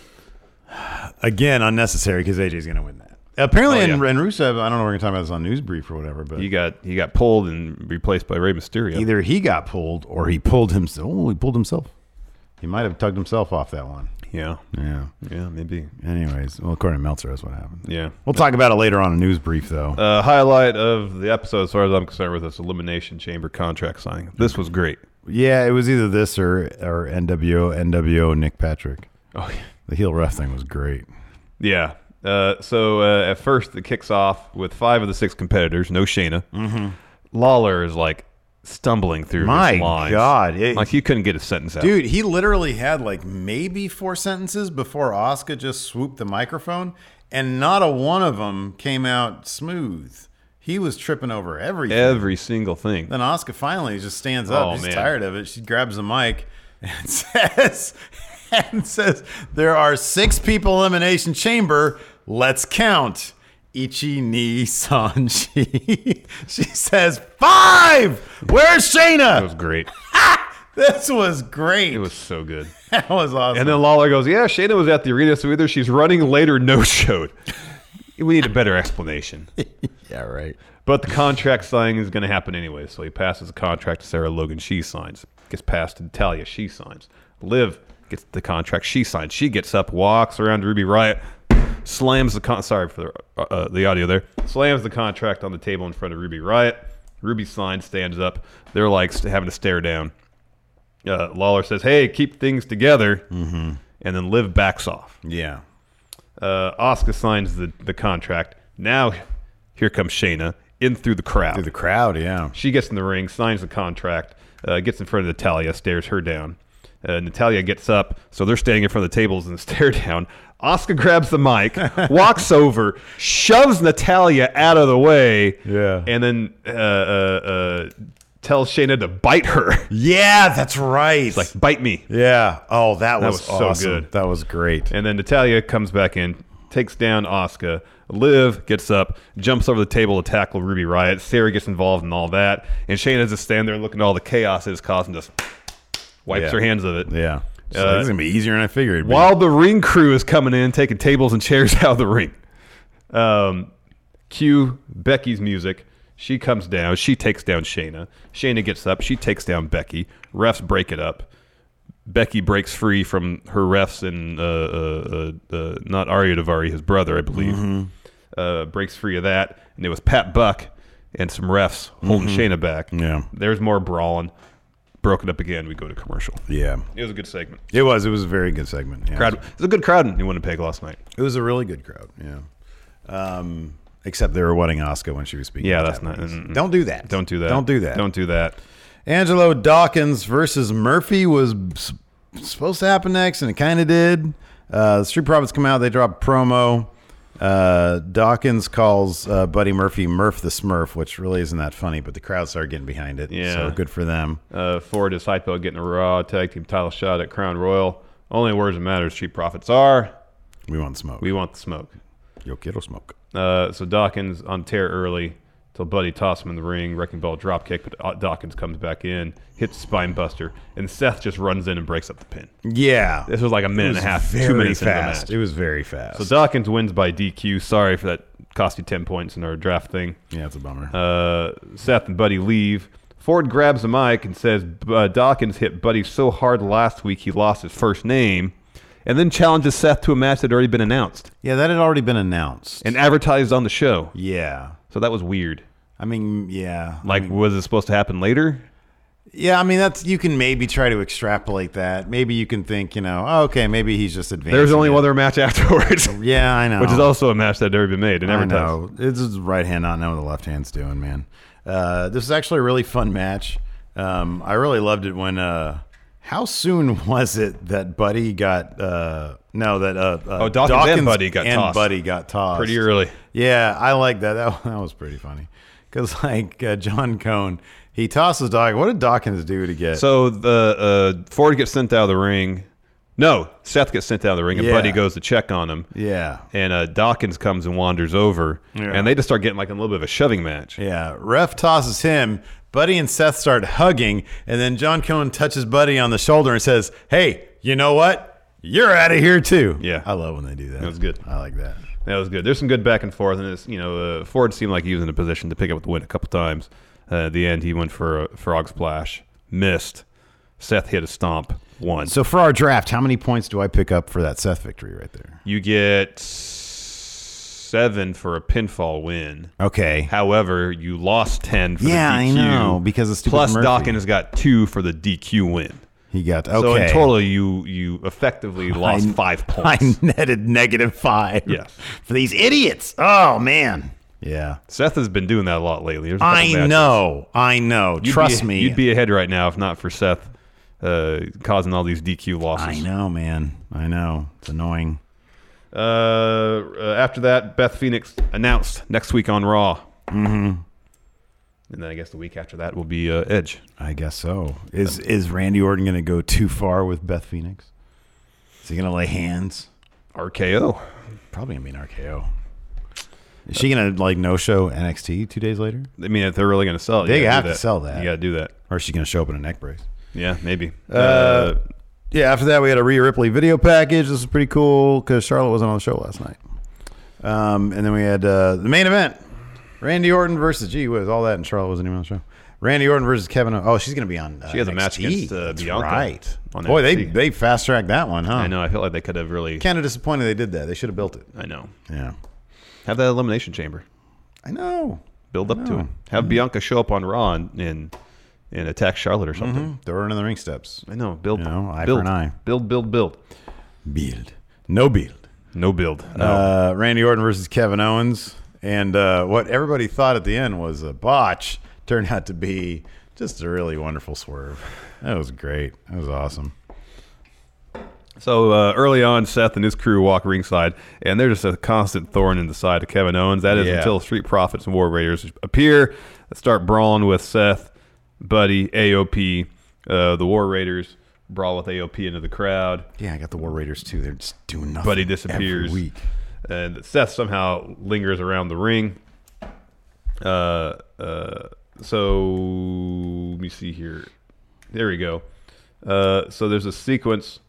Speaker 5: again unnecessary because AJ's going to win that. Apparently,
Speaker 6: Oh,
Speaker 5: and,
Speaker 6: yeah.
Speaker 5: and Rusev, I don't know. We're going to talk about this on news brief or whatever, but
Speaker 6: He got he got pulled and replaced by Rey Mysterio.
Speaker 5: either he got pulled or he pulled himself. Oh, he pulled himself. He might have tugged himself off that one.
Speaker 6: Yeah.
Speaker 5: Yeah.
Speaker 6: Yeah, maybe.
Speaker 5: Anyways, well, according to Meltzer, that's what happened.
Speaker 6: Yeah.
Speaker 5: We'll talk about it later on in news brief, though.
Speaker 6: Uh, highlight of the episode, as far as I'm concerned, with this elimination chamber contract signing. This was great.
Speaker 5: Yeah, it was either this or or NWO NWO Nick Patrick.
Speaker 6: Oh yeah,
Speaker 5: the heel ref thing was great.
Speaker 6: Yeah. Uh, so uh, at first, it kicks off with five of the six competitors. No Shayna.
Speaker 5: Mhm.
Speaker 6: Lawler is like stumbling through
Speaker 5: My
Speaker 6: his lines.
Speaker 5: God, it-
Speaker 6: like he couldn't get a sentence out.
Speaker 5: Dude, he literally had like maybe four sentences before Oscar just swooped the microphone, and not a one of them came out smooth. He was tripping over everything.
Speaker 6: every single thing.
Speaker 5: Then Oscar finally just stands up.
Speaker 6: Oh,
Speaker 5: She's
Speaker 6: man.
Speaker 5: tired of it. She grabs the mic and says, and says, "There are six people elimination chamber. Let's count." Ichi ni sanji. she says five. Where's Shayna? That was
Speaker 6: great.
Speaker 5: this was great. It
Speaker 6: was so good.
Speaker 5: That was awesome.
Speaker 6: And then Lawler goes, "Yeah, Shayna was at the arena, so either she's running late or no showed. We need a better explanation."
Speaker 5: yeah, right.
Speaker 6: But the contract signing is going to happen anyway, so he passes the contract to Sarah Logan. She signs. Gets passed to Natalia. She signs. Liv gets the contract. She signs. She gets up, walks around to Ruby Riot, slams the con- sorry for the, uh, uh, the audio there. Slams the contract on the table in front of Ruby Riot. Ruby signs, stands up. They're like st- having a stare down. Uh, Lawler says, "Hey, keep things together," and then Liv backs off.
Speaker 5: Yeah.
Speaker 6: Uh, Oscar signs the the contract. Now, here comes Shayna in through the crowd. Through the
Speaker 5: crowd, yeah.
Speaker 6: She gets in the ring, signs the contract, uh, gets in front of Natalia, stares her down. Uh, Natalia gets up, so they're standing in front of the tables and stare down. Oscar grabs the mic, walks over, shoves Natalia out of the way, yeah, and then uh, uh, uh, tells Shayna to bite her.
Speaker 5: Yeah, that's right. He's
Speaker 6: like, "Bite me."
Speaker 5: Yeah. Oh, that was, awesome. That was great.
Speaker 6: And then Natalia comes back in, takes down Oscar. Liv gets up, jumps over the table to tackle Ruby Riot. Sarah gets involved in all that, and Shayna's just standing there looking at all the chaos it has caused, and just wipes
Speaker 5: Yeah.
Speaker 6: her hands of it.
Speaker 5: Yeah. She's like, "This is gonna be easier than I figured. it'd be."
Speaker 6: While the ring crew is coming in, taking tables and chairs out of the ring. Um, cue Becky's music. She comes down. She takes down Shayna. Shayna gets up. She takes down Becky. Refs break it up. Becky breaks free from her refs and uh, uh, uh, uh, not Arya Davari, his brother, I believe.
Speaker 5: Mhm.
Speaker 6: Uh, breaks free of that, and it was Pat Buck and some refs holding
Speaker 5: Mhm.
Speaker 6: Shayna back.
Speaker 5: Yeah.
Speaker 6: There's more brawling. Broken up again. We go to commercial.
Speaker 5: Yeah.
Speaker 6: It was a good segment.
Speaker 5: It was. It was a very good segment. Yeah.
Speaker 6: Crowd. It was a good crowd in Winnipeg last night.
Speaker 5: It was a really good crowd. Yeah. Um, except they were wedding Oscar when she was speaking.
Speaker 6: Yeah,
Speaker 5: in
Speaker 6: that's not.
Speaker 5: Japanese.
Speaker 6: mm-mm.
Speaker 5: Don't do that.
Speaker 6: Don't do that.
Speaker 5: Don't do that.
Speaker 6: Don't do that.
Speaker 5: Angelo Dawkins versus Murphy was s- supposed to happen next, and it kind of did. Uh, the Street Profits come out. They drop a promo. Uh, Dawkins calls uh, Buddy Murphy Murph the Smurf, which really isn't that funny, but the crowd started getting behind it.
Speaker 6: Yeah.
Speaker 5: So good for them.
Speaker 6: Uh, Ford is hyped about getting a Raw Tag Team title shot at Crown Royal. Only words that matter is cheap profits are.
Speaker 5: We want smoke.
Speaker 6: We want the smoke.
Speaker 5: Yo quiero smoke.
Speaker 6: Uh, so Dawkins on tear early till Buddy tosses him in the ring. Wrecking ball drop kick, but uh, Dawkins comes back in, hits spine buster, and Seth just runs in and breaks up the pin.
Speaker 5: Yeah.
Speaker 6: This was like a minute and a
Speaker 5: It was
Speaker 6: half,
Speaker 5: very
Speaker 6: two minutes into the
Speaker 5: fast.
Speaker 6: match.
Speaker 5: It was very fast.
Speaker 6: So Dawkins wins by DQ. Sorry for that. Cost you 10 points in our draft thing.
Speaker 5: Yeah, it's a bummer.
Speaker 6: Uh, Seth and Buddy leave. Ford grabs the mic and says uh, Dawkins hit Buddy so hard last week he lost his first name, and then challenges Seth to a match that had already been announced
Speaker 5: yeah, that had already been announced.
Speaker 6: and advertised on the show.
Speaker 5: Yeah.
Speaker 6: So that was weird.
Speaker 5: I mean, yeah.
Speaker 6: Like, was it supposed to happen later?
Speaker 5: Yeah, I mean that's you can maybe try to extrapolate that. Maybe you can think, you know, oh, okay, maybe he's just advanced.
Speaker 6: There's only one other match afterwards.
Speaker 5: Yeah, I know.
Speaker 6: Which is also a match that had already been made and
Speaker 5: I
Speaker 6: advertised.
Speaker 5: know. It's his right hand not knowing what the left hand's doing, man. Uh, this is actually a really fun match. Um, I really loved it when. Uh, how soon was it that Buddy got? Uh, no, that uh, uh,
Speaker 6: Oh, Dawkins and Buddy got
Speaker 5: and
Speaker 6: tossed.
Speaker 5: Buddy got tossed
Speaker 6: Pretty early.
Speaker 5: Yeah, I like that. That, that was pretty funny because like uh, John Cohn, he tosses Dawkins. What did Dawkins do to get?
Speaker 6: So the uh, Ford gets sent out of the ring. No, Seth gets sent out of the ring, and
Speaker 5: Yeah.
Speaker 6: Buddy goes to check on him.
Speaker 5: Yeah.
Speaker 6: and uh, Dawkins comes and wanders over, and they just start getting like a little bit of a shoving match.
Speaker 5: Yeah, ref tosses him. Buddy and Seth start hugging, and then John Cohen touches Buddy on the shoulder and says, "Hey, you know what? You're out of here too."
Speaker 6: Yeah,
Speaker 5: I love when they do that.
Speaker 6: That was good.
Speaker 5: I like that.
Speaker 6: That was good. There's some good back and forth, and it's you know uh, Ford seemed like he was in a position to pick up the win a couple times. Uh, at the end, he went for a frog splash, missed. Seth hit a stomp. one.
Speaker 5: So for our draft, how many points do I pick up for that Seth victory right there?
Speaker 6: You get seven for a pinfall win.
Speaker 5: Okay.
Speaker 6: However, you lost ten for
Speaker 5: Yeah,
Speaker 6: the
Speaker 5: I
Speaker 6: DQ.
Speaker 5: know, because of stupid
Speaker 6: Plus
Speaker 5: Murphy.
Speaker 6: Dawkins got two for the DQ win.
Speaker 5: He got
Speaker 6: So in
Speaker 5: okay.
Speaker 6: total, you you effectively lost
Speaker 5: I-
Speaker 6: five points.
Speaker 5: I netted negative five.
Speaker 6: Yes.
Speaker 5: For these idiots. Oh man. Yeah.
Speaker 6: Seth has been doing that a lot lately. There's a couple
Speaker 5: I
Speaker 6: matches.
Speaker 5: know. I know.
Speaker 6: You'd
Speaker 5: Trust
Speaker 6: be-
Speaker 5: me.
Speaker 6: You'd be ahead right now if not for Seth uh, causing all these DQ losses.
Speaker 5: I know, man. I know. It's annoying.
Speaker 6: Uh, uh, after that, Beth Phoenix announced next week on Raw.
Speaker 5: Mm-hmm.
Speaker 6: And then I guess the week after that will be uh, Edge.
Speaker 5: I guess so. Is is Randy Orton going to go too far with Beth Phoenix? Is he going to lay hands?
Speaker 6: RKO.
Speaker 5: Probably going to be an RKO. Is she going to like no show NXT two days later?
Speaker 6: I mean, if they're really going to sell it, you
Speaker 5: They
Speaker 6: gotta do
Speaker 5: have to sell that.
Speaker 6: You got to do that.
Speaker 5: Or is she going to show up in a neck brace?
Speaker 6: Yeah, maybe.
Speaker 5: Uh, yeah, after that, we had a Rhea Ripley video package. This is pretty cool because Charlotte wasn't on the show last night. Um, and then we had uh, the main event Randy Orton versus, gee whiz, all that, and Charlotte wasn't even on the show. Randy Orton versus Kevin. O- oh, she's going to be on. Uh,
Speaker 6: She has a match
Speaker 5: NXT.
Speaker 6: against, uh,
Speaker 5: That's
Speaker 6: Bianca
Speaker 5: Right.
Speaker 6: on
Speaker 5: Boy, they,
Speaker 6: NXT.
Speaker 5: they fast tracked that one, huh?
Speaker 6: I know. I feel like they could have really.
Speaker 5: Kind of disappointed they did that. They should have built it.
Speaker 6: I know.
Speaker 5: Yeah.
Speaker 6: Have that elimination chamber.
Speaker 5: I know.
Speaker 6: Build up to
Speaker 5: No.
Speaker 6: it. Have Bianca show up on Raw and and, and attack Charlotte or something.
Speaker 5: Mhm. Throw her into the ring steps.
Speaker 6: I know. Build.
Speaker 5: You know, eye
Speaker 6: build,
Speaker 5: for an eye.
Speaker 6: Build. Build. Build.
Speaker 5: Build. No build.
Speaker 6: No build. No.
Speaker 5: Uh, Randy Orton versus Kevin Owens. And uh, what everybody thought at the end was a botch turned out to be just a really wonderful swerve. That was great. That was awesome.
Speaker 6: So uh, early on, Seth and his crew walk ringside, and they're just a constant thorn in the side of Kevin Owens. That is
Speaker 5: Yeah.
Speaker 6: until Street Profits and War Raiders appear, start brawling with Seth, Buddy, AOP. Uh, the War Raiders brawl with AOP into the crowd.
Speaker 5: Yeah, I got the War Raiders too. They're just doing nothing.
Speaker 6: Buddy disappears.
Speaker 5: every week.
Speaker 6: And Seth somehow lingers around the ring. Uh, uh, so let me see here. There we go. Uh, so there's a sequence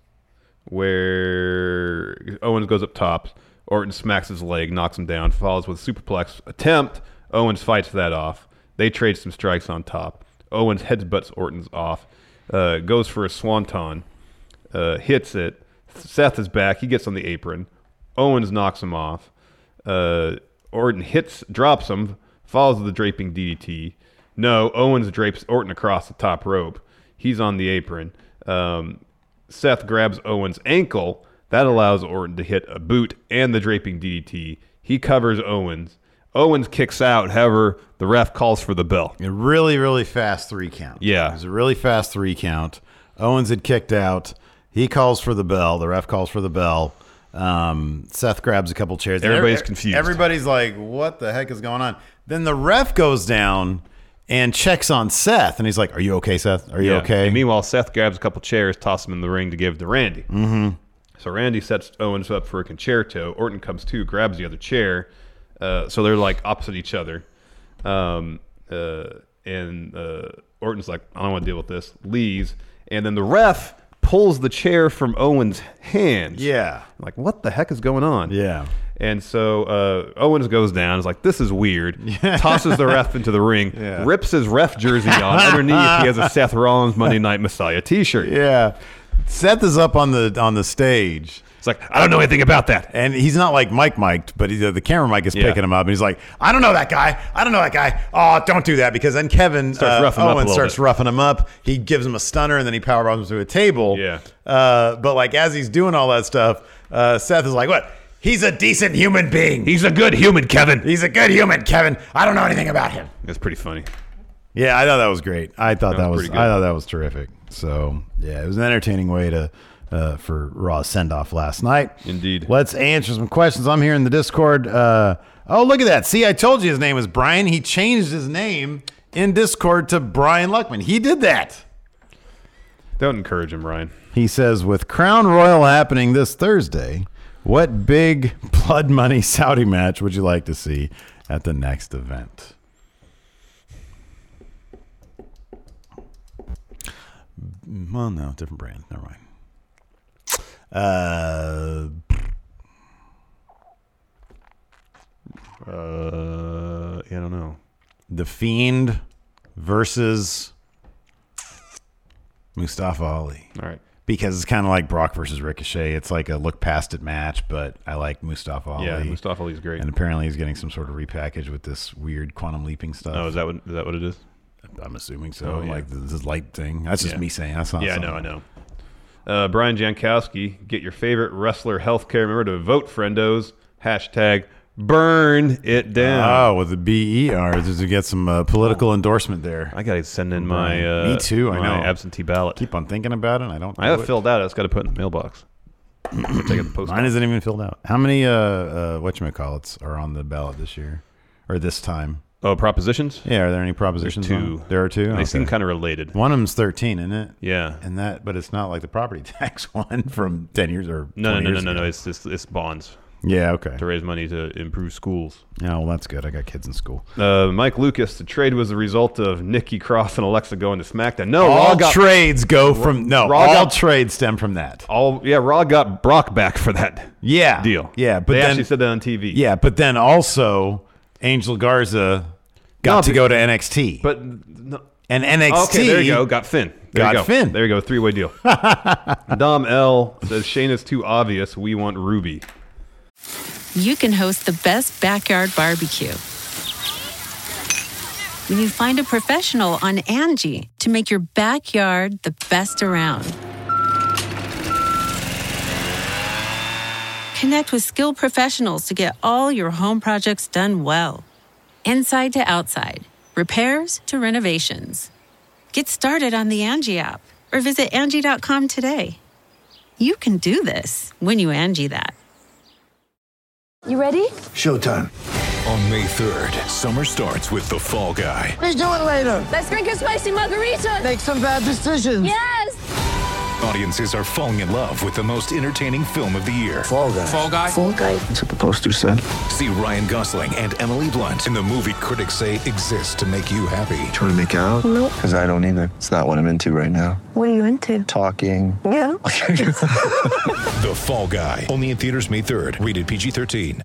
Speaker 6: where Owens goes up top. Orton smacks his leg, knocks him down, follows with a superplex attempt. Owens fights that off. They trade some strikes on top. Owens headbutts Orton's off, uh, goes for a swanton, uh, hits it. Seth is back. He gets on the apron. Owens knocks him off. Uh, Orton hits, drops him, follows the draping DDT. No, Owens drapes Orton across the top rope. He's on the apron. Um, Seth grabs Owens' ankle. That allows Orton to hit a boot and the draping DDT. He covers Owens. Owens kicks out. However, the ref calls for the bell.
Speaker 5: A really, really fast three count.
Speaker 6: Yeah.
Speaker 5: It was a really fast three count. Owens had kicked out. He calls for the bell. The ref calls for the bell. Um, Seth grabs a couple chairs.
Speaker 6: Everybody's
Speaker 5: Every-
Speaker 6: confused.
Speaker 5: Everybody's like, what the heck is going on? Then the ref goes down and checks on Seth. And he's like, are you okay, Seth? Are you
Speaker 6: Yeah.
Speaker 5: okay?
Speaker 6: And meanwhile, Seth grabs a couple chairs, tosses them in the ring to give to Randy.
Speaker 5: mm-hmm.
Speaker 6: So Randy sets Owens up for a concerto. Orton comes to, grabs the other chair. Uh, so they're like opposite each other. Um, uh, and uh, Orton's like, I don't want to deal with this. Leaves. And then the ref pulls the chair from Owens' hands.
Speaker 5: Yeah.
Speaker 6: Like, what the heck is going on?
Speaker 5: Yeah.
Speaker 6: And so uh, Owens goes down. Is like, this is weird. Tosses the ref into the ring. Rips his ref jersey on. Underneath, he has a Seth Rollins Monday Night Messiah T-shirt.
Speaker 5: Yeah. Seth is up on the on the stage.
Speaker 6: It's like, I don't know anything about that.
Speaker 5: And he's not like Mike mic'd, but he's, uh, the camera mic is
Speaker 6: Yeah.
Speaker 5: picking him up. And he's like, I don't know that guy. I don't know that guy. Oh, don't do that. Because then Kevin
Speaker 6: Starts
Speaker 5: uh,
Speaker 6: roughing him up a
Speaker 5: Owens
Speaker 6: little
Speaker 5: starts
Speaker 6: bit.
Speaker 5: roughing him up. He gives him a stunner and then he power bombs him through a table.
Speaker 6: Yeah.
Speaker 5: Uh, but like as he's doing all that stuff, uh, Seth is like, what? He's a decent human being.
Speaker 6: He's a good human, Kevin.
Speaker 5: He's a good human, Kevin. I don't know anything about him.
Speaker 6: It's pretty funny.
Speaker 5: Yeah, I thought that was great. I thought
Speaker 6: That
Speaker 5: that
Speaker 6: was
Speaker 5: was,
Speaker 6: pretty good.
Speaker 5: I thought that was terrific. So yeah, it was an entertaining way to uh, for Raw's send off last night.
Speaker 6: Indeed.
Speaker 5: Let's answer some questions. I'm here in the Discord. Uh, oh, look at that! See, I told you his name was Brian. He changed his name in Discord to Brian Luckman. He did that.
Speaker 6: Don't encourage him, Ryan.
Speaker 5: He says, with Crown Royal happening this Thursday, what big blood money Saudi match would you like to see at the next event? Well, no, different brand. Never mind. Uh,
Speaker 6: Uh, yeah, I don't know.
Speaker 5: the Fiend versus Mustafa Ali.
Speaker 6: All right.
Speaker 5: because it's kind of like Brock versus Ricochet. It's like a look past it match, but I like Mustafa Ali.
Speaker 6: Yeah, Mustafa Ali's great.
Speaker 5: And apparently he's getting some sort of repackage with this weird quantum leaping stuff. Oh,
Speaker 6: Oh, is that what is that what it is?
Speaker 5: I'm assuming so. Like this, this light thing. That's just me saying. That's not.
Speaker 6: Yeah, I
Speaker 5: something.
Speaker 6: know, I know. Uh, Brian Jankowski, get your favorite wrestler healthcare. Remember to vote friendos. Hashtag burn it down.
Speaker 5: Oh, with the B E R, just to get some uh, political endorsement there.
Speaker 6: Oh. I gotta send in my, uh,
Speaker 5: me too. I
Speaker 6: my
Speaker 5: know
Speaker 6: absentee ballot.
Speaker 5: Keep on thinking about it. and I don't.
Speaker 6: I
Speaker 5: do
Speaker 6: have
Speaker 5: it.
Speaker 6: filled out. I just got to put it in the mailbox. Take it to the post.
Speaker 5: Mine isn't even filled out. How many uh, uh whatchamacallits are on the ballot this year or this time?
Speaker 6: Oh, propositions.
Speaker 5: Yeah, are there any propositions?
Speaker 6: There's
Speaker 5: on it?
Speaker 6: two.
Speaker 5: There are two.
Speaker 6: They seem
Speaker 5: Okay.
Speaker 6: kind of related.
Speaker 5: One of them's thirteen, isn't it?
Speaker 6: Yeah.
Speaker 5: And that, but it's not like the property tax one from ten years or 20
Speaker 6: No, no, no, no,
Speaker 5: years
Speaker 6: no,
Speaker 5: ago.
Speaker 6: no. It's just it's bonds.
Speaker 5: Yeah, okay.
Speaker 6: To raise money to improve schools.
Speaker 5: Yeah, well, that's good. I got kids in school.
Speaker 6: Uh, Mike Lucas, the trade was the result of Nikki Cross and Alexa going to SmackDown. No,
Speaker 5: all
Speaker 6: Raw got,
Speaker 5: trades go from no.
Speaker 6: Raw
Speaker 5: all
Speaker 6: got-
Speaker 5: trades stem from that.
Speaker 6: all yeah, Raw got Brock back for that.
Speaker 5: Yeah,
Speaker 6: deal.
Speaker 5: Yeah, but
Speaker 6: they
Speaker 5: then
Speaker 6: actually said that on TV.
Speaker 5: yeah, but then also Angel Garza got
Speaker 6: No,
Speaker 5: to
Speaker 6: but-
Speaker 5: go to NXT.
Speaker 6: but no,
Speaker 5: and NXT.
Speaker 6: Okay, there you go. Got Finn. There
Speaker 5: Got
Speaker 6: you go.
Speaker 5: Finn.
Speaker 6: There you go. Three way deal. Dom L says Shane is too obvious. We want Ruby.
Speaker 8: you can host the best backyard barbecue. When you find a professional on Angie to make your backyard the best around. Connect with skilled professionals to get all your home projects done well. Inside to outside, repairs to renovations. Get started on the Angie app or visit Angie.com today. You can do this when you Angie that.
Speaker 4: You ready?
Speaker 9: Showtime. On May 3rd, summer starts with The Fall Guy.
Speaker 10: Let's do it later.
Speaker 4: Let's drink a spicy margarita.
Speaker 10: Make some bad decisions.
Speaker 4: Yes.
Speaker 9: Audiences are falling in love with the most entertaining film of the year. Fall Guy. Fall Guy.
Speaker 10: Fall guy.
Speaker 9: That's what the poster said. See Ryan Gosling and Emily Blunt in the movie critics say exists to make you happy.
Speaker 3: Trying to make it out?
Speaker 10: Nope.
Speaker 3: Because I don't either. It's not what I'm into right now.
Speaker 10: What are you into?
Speaker 3: Talking.
Speaker 10: Yeah.
Speaker 9: The Fall Guy. Only in theaters May 3rd. Rated PG-13.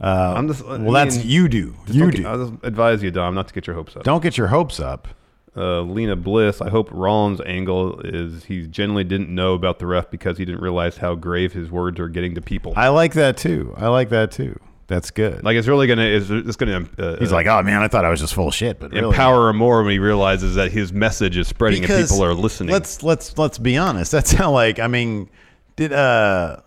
Speaker 5: Uh,
Speaker 6: I'm just,
Speaker 5: well, that's you do.
Speaker 6: Just
Speaker 5: You
Speaker 6: don't
Speaker 5: do.
Speaker 6: get- I just advise you, Dom, not to get your hopes up.
Speaker 5: Don't get your hopes up.
Speaker 6: Uh, Lena Bliss, I hope Rollins' angle is he generally didn't know about the ref because he didn't realize how grave his words are getting to people.
Speaker 5: I like that too. I like that too. That's good.
Speaker 6: Like it's really gonna is it's gonna. Uh,
Speaker 5: He's like, oh man, I thought I was just full of shit, but really.
Speaker 6: empower him more when he realizes that his message is spreading and people are listening.
Speaker 5: Let's let's let's be honest. That's how like I mean, did uh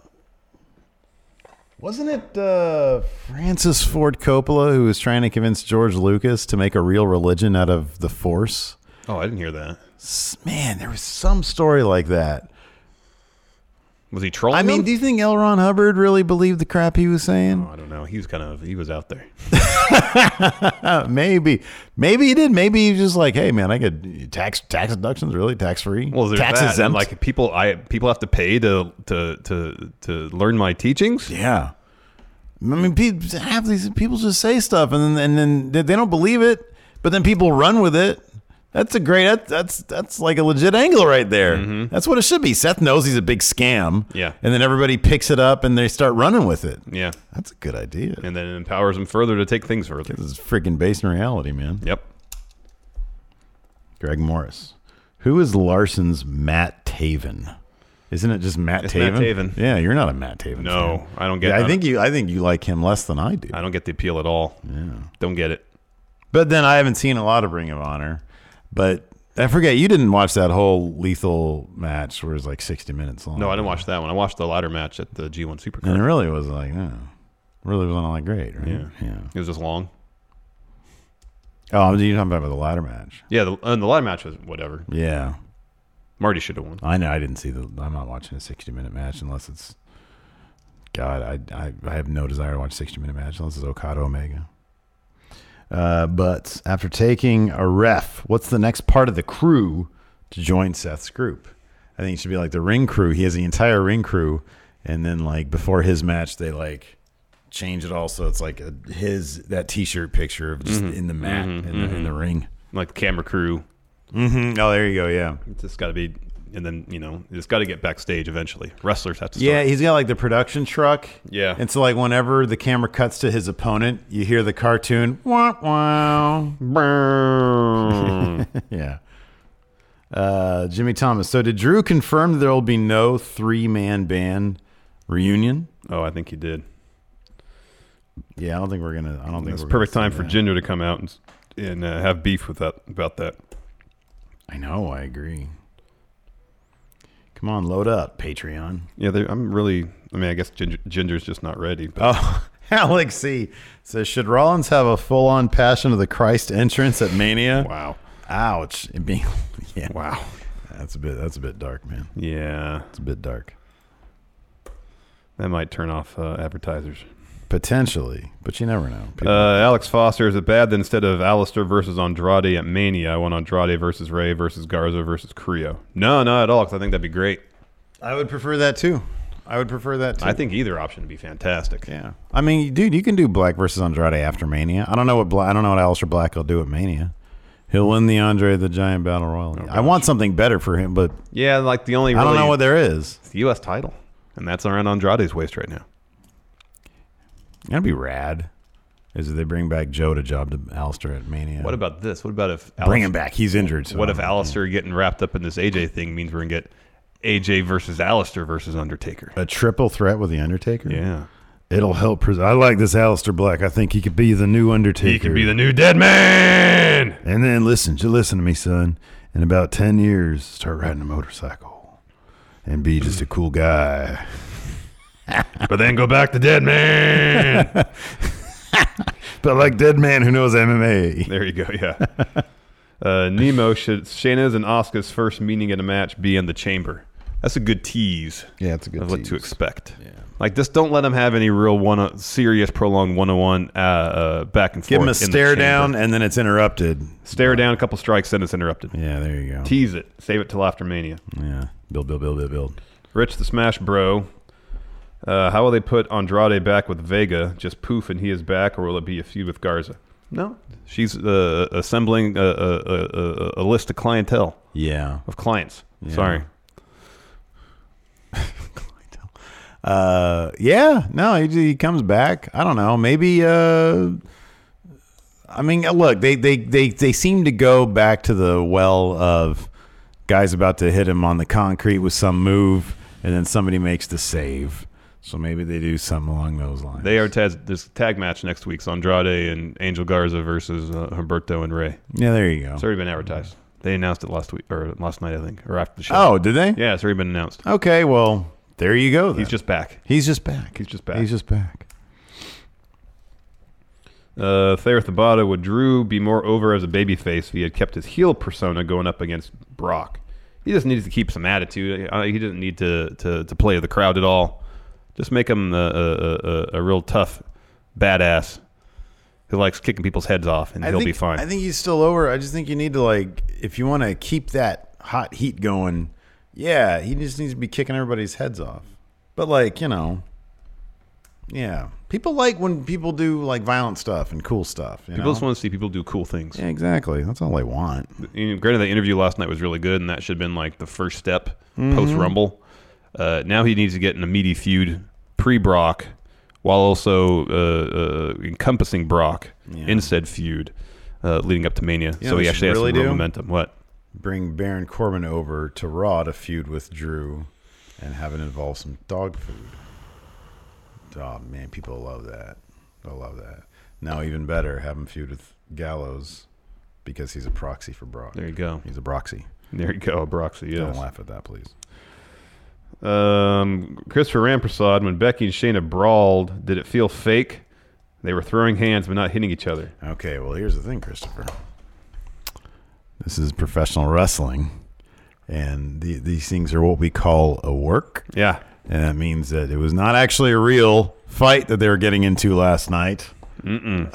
Speaker 5: wasn't it uh Francis Ford Coppola who was trying to convince George Lucas to make a real religion out of the Force?
Speaker 6: Oh, I didn't hear that.
Speaker 5: S- Man, there was some story like that.
Speaker 6: Was he trolling?
Speaker 5: I mean,
Speaker 6: them?
Speaker 5: do you think L. Ron Hubbard really believed the crap he was saying?
Speaker 6: I don't know. He was kind of he was out there. Uh,
Speaker 5: maybe, maybe he did. Maybe he was just like, hey man, I could tax tax deductions really tax free.
Speaker 6: Well, there's
Speaker 5: tax
Speaker 6: that. and,
Speaker 5: exempt.
Speaker 6: Like people, I people have to pay to to to to learn my teachings.
Speaker 5: Yeah. I mean, people, half these people just say stuff, and then and then they don't believe it, but then people run with it. That's a great. That, that's that's like a legit angle right there. That's what it should be. Seth knows he's a big scam.
Speaker 6: Mm-hmm. Yeah.
Speaker 5: and then everybody picks it up and they start running with it.
Speaker 6: Yeah,
Speaker 5: that's a good idea.
Speaker 6: And then it empowers them further to take things further.
Speaker 5: This is freaking based in reality, man.
Speaker 6: Yep.
Speaker 5: Greg Morris, who is Larson's Matt Taven? Isn't it just Matt
Speaker 6: It's
Speaker 5: Taven?
Speaker 6: Matt Taven.
Speaker 5: Yeah, you're not a Matt Taven.
Speaker 6: No,
Speaker 5: fan.
Speaker 6: I don't get-
Speaker 5: Yeah,
Speaker 6: I
Speaker 5: I
Speaker 6: don't-
Speaker 5: think you. I think you like him less than I do.
Speaker 6: I don't get the appeal at all.
Speaker 5: Yeah.
Speaker 6: Don't get it.
Speaker 5: But then I haven't seen a lot of Ring of Honor. But I forget you didn't watch that whole lethal match where it was like sixty minutes long.
Speaker 6: No, I didn't watch that one. I watched the ladder match at the G1
Speaker 5: And it
Speaker 6: Supercard.
Speaker 5: really was like, no, really wasn't all that great, right?
Speaker 6: Yeah. It was just long.
Speaker 5: Oh, you're talking about the ladder match?
Speaker 6: Yeah, the, and the ladder match was whatever.
Speaker 5: Yeah,
Speaker 6: Marty should have won.
Speaker 5: I know. I didn't see the. I'm not watching a sixty minute match unless it's. God, I I, I have no desire to watch a sixty minute match unless it's Okada Omega. Uh, but after taking a ref, what's the next part of the crew to join Seth's group? I think it should be like the ring crew. He has the entire ring crew, and then like before his match, they like change it all so it's like a, his that T-shirt picture of just
Speaker 6: Mhm.
Speaker 5: in the mat
Speaker 6: Mhm.
Speaker 5: in, the, in the
Speaker 6: Mhm.
Speaker 5: ring.
Speaker 6: Like the camera crew.
Speaker 5: Mm-hmm. Oh, there you go. Yeah.
Speaker 6: It's just got to be, and then you know, it's got to get backstage eventually. Wrestlers have to. Start.
Speaker 5: Yeah, he's got like the production truck.
Speaker 6: Yeah.
Speaker 5: And so like whenever the camera cuts to his opponent, you hear the cartoon. Wow, wow. yeah. Uh, Jimmy Thomas. So did Drew confirm there will be no three man band reunion?
Speaker 6: Oh, I think he did.
Speaker 5: Yeah, I don't think we're gonna. I don't think
Speaker 6: It's
Speaker 5: we're
Speaker 6: perfect
Speaker 5: gonna
Speaker 6: time
Speaker 5: see
Speaker 6: for
Speaker 5: that.
Speaker 6: Ginger to come out and and uh, have beef with that about that.
Speaker 5: I know. I agree. Come on, load up Patreon.
Speaker 6: Yeah, they- I'm really. I mean, I guess Ginger, Ginger's just not ready. But
Speaker 5: Oh, Alex C says, should Rollins have a full on Passion of the Christ entrance at Mania?
Speaker 6: Wow.
Speaker 5: Ouch. It being, yeah.
Speaker 6: Wow.
Speaker 5: That's a bit. That's a bit dark, man.
Speaker 6: yeah,
Speaker 5: It's a bit dark.
Speaker 6: that might turn off uh, advertisers.
Speaker 5: Potentially, but you never know.
Speaker 6: Uh, Alex Foster, is it bad that instead of Alistair versus Andrade at Mania, I want Andrade versus Ray versus Garza versus Creo? No, not at all, because I think that'd be great.
Speaker 5: I would prefer that too. I would prefer that too.
Speaker 6: I think either option would be fantastic.
Speaker 5: Yeah. I mean, dude, you can do Black versus Andrade after Mania. I don't know what Bla- I don't know what Aleister Black will do at Mania. He'll win the Andre the Giant Battle Royal. I want something better for him, but
Speaker 6: Yeah, like the only
Speaker 5: I don't
Speaker 6: really-
Speaker 5: know what there is.
Speaker 6: It's the U.S. title, and that's around Andrade's waist right now.
Speaker 5: That'd be rad. Is if they bring back Joe to job to Alistair at Mania?
Speaker 6: What about this? What about if
Speaker 5: Bring him back. He's injured, so
Speaker 6: what
Speaker 5: I
Speaker 6: if Alistair getting wrapped up in this AJ thing means we're gonna get AJ versus Alistair versus Undertaker?
Speaker 5: a triple threat with the Undertaker?
Speaker 6: Yeah.
Speaker 5: It'll help. Pres- I like this Alistair Black. I think he could be the new Undertaker.
Speaker 6: He could be the new Dead Man.
Speaker 5: And then listen, just listen to me, son. In about ten years, start riding a motorcycle, and be just a cool guy.
Speaker 6: but then go back to Dead Man.
Speaker 5: but like dead man who knows MMA.
Speaker 6: There you go. Yeah. Uh, Nemo should Shayna's and Oscar's first meeting in a match be in the chamber. That's a good tease.
Speaker 5: Yeah, it's a good
Speaker 6: of what to expect. Yeah. Like just don't let them have any real one serious prolonged one on one back and forth.
Speaker 5: Give him a
Speaker 6: in the
Speaker 5: stare
Speaker 6: chamber.
Speaker 5: down, and then it's interrupted.
Speaker 6: Stare down a couple strikes, then it's interrupted.
Speaker 5: Yeah, there you go.
Speaker 6: Tease it. Save it till after Mania.
Speaker 5: Yeah, build, build, build, build, build.
Speaker 6: Rich the Smash Bro. Uh, how will they put Andrade back with Vega? Just poof and he is back, or will it be a feud with Garza? No. She's uh, assembling a, a, a- a, a list of clientele.
Speaker 5: Yeah.
Speaker 6: Of clients.
Speaker 5: Yeah.
Speaker 6: Sorry.
Speaker 5: Uh, yeah, no, he, he comes back. I don't know. Maybe. Uh, I mean, look, they they they they seem to go back to the well of guys about to hit him on the concrete with some move, and then somebody makes the save. So maybe they do something along those lines.
Speaker 6: They are taz, this tag match next week's Andrade and Angel Garza versus uh, Humberto and Ray.
Speaker 5: Yeah, there you go.
Speaker 6: It's already been advertised. They announced it last week or last night, I think, or after the show.
Speaker 5: Oh, did they? Oh,
Speaker 6: Yeah, it's already been announced.
Speaker 5: Okay, well, there you go.
Speaker 6: He's just back.
Speaker 5: He's just back.
Speaker 6: He's just back.
Speaker 5: He's just back.
Speaker 6: Uh, Thayer Thabata would Drew be more over as a babyface if he had kept his heel persona going up against Brock? He just needs to keep some attitude. Uh, He doesn't need to to, to play the crowd at all. Just make him a, a, a, a real tough badass who likes kicking people's heads off, and he'll
Speaker 5: think,
Speaker 6: be fine.
Speaker 5: I think he's still over. I just think you need to like if you want to keep that hot heat going. Yeah, he just needs to be kicking everybody's heads off. But like you know, yeah, people like when people do like violent stuff and cool stuff. You
Speaker 6: people
Speaker 5: know?
Speaker 6: just want to see people do cool things.
Speaker 5: yeah, exactly. That's all they want.
Speaker 6: You know, granted, the interview last night was really good, and that should have been like the first step
Speaker 5: Mhm.
Speaker 6: post Rumble. Uh, now he needs to get in a meaty feud pre Brock, while also uh, uh, encompassing Brock in said feud uh, leading up to Mania.
Speaker 5: You know
Speaker 6: so
Speaker 5: what
Speaker 6: he
Speaker 5: they
Speaker 6: actually
Speaker 5: should
Speaker 6: has
Speaker 5: really
Speaker 6: some real
Speaker 5: do?
Speaker 6: momentum. What?
Speaker 5: Bring Baron Corbin over to Raw to feud with Drew, and have it involve some dog food. Oh man, people love that. They'll love that. Now even better, have him feud with Gallows because he's a proxy for Brock.
Speaker 6: There you go.
Speaker 5: He's a proxy.
Speaker 6: There you go, Broxy. Yes.
Speaker 5: Don't laugh at that, please.
Speaker 6: Um, Christopher Ramprasad, when Becky and Shayna brawled, did it feel fake? They were throwing hands but not hitting each other.
Speaker 5: Okay, well, here's the thing, Christopher. This is professional wrestling, and the, these things are what we call a work.
Speaker 6: Yeah,
Speaker 5: and that means that it was not actually a real fight that they were getting into last night. Mm-mm.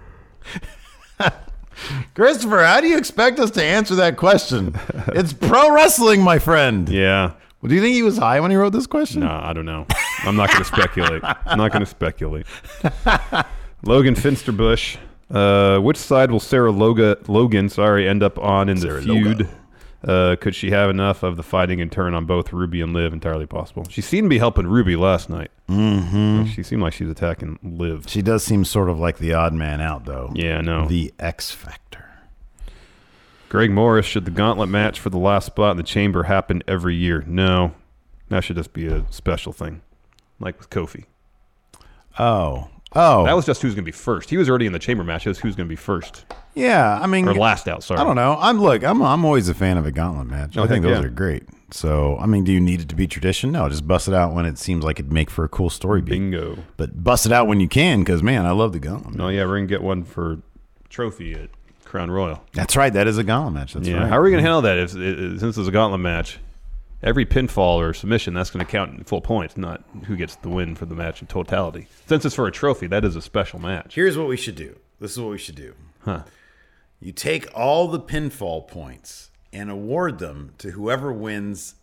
Speaker 5: Christopher, how do you expect us to answer that question? It's pro wrestling, my friend.
Speaker 6: Yeah.
Speaker 5: Well, do you think he was high when he wrote this question?
Speaker 6: No, I don't know. I'm not going to speculate. I'm not going to speculate. Logan Finsterbush. Uh, which side will Sarah Loga, Logan, sorry, end up on in the
Speaker 5: Sarah
Speaker 6: feud? Uh, could she have enough of the fighting and turn on both Ruby and Liv? Entirely possible. She seemed to be helping Ruby last night.
Speaker 5: Mm-hmm.
Speaker 6: She seemed like she's attacking Liv.
Speaker 5: She does seem sort of like the odd man out, though.
Speaker 6: Yeah, I know.
Speaker 5: The X Factor.
Speaker 6: Greg Morris, should the gauntlet match for the last spot in the chamber happen every year? No. That should just be a special thing, like with Kofi.
Speaker 5: Oh. Oh.
Speaker 6: That was just who's going to be first. He was already in the chamber match. It was who's going to be first.
Speaker 5: Yeah, I mean,
Speaker 6: Or last out, sorry.
Speaker 5: I don't know. I'm look. I'm I'm always a fan of a gauntlet match.
Speaker 6: Oh,
Speaker 5: I think
Speaker 6: heck
Speaker 5: those
Speaker 6: yeah.
Speaker 5: are great. So, I mean, do you need it to be tradition? No, just bust it out when it seems like it'd make for a cool story. Beat.
Speaker 6: Bingo.
Speaker 5: But bust it out when you can, because man, I love the gauntlet.
Speaker 6: No, yeah, we're going to get one for trophy at Crown Royal.
Speaker 5: That's right. That is a gauntlet match. That's
Speaker 6: yeah.
Speaker 5: right.
Speaker 6: How are we going to handle that if, if, since it's a gauntlet match? Every pinfall or submission, that's going to count in full points, not who gets the win for the match in totality. Since it's for a trophy, that is a special match.
Speaker 5: Here's what we should do. This is what we should do.
Speaker 6: Huh.
Speaker 5: You take all the pinfall points and award them to whoever wins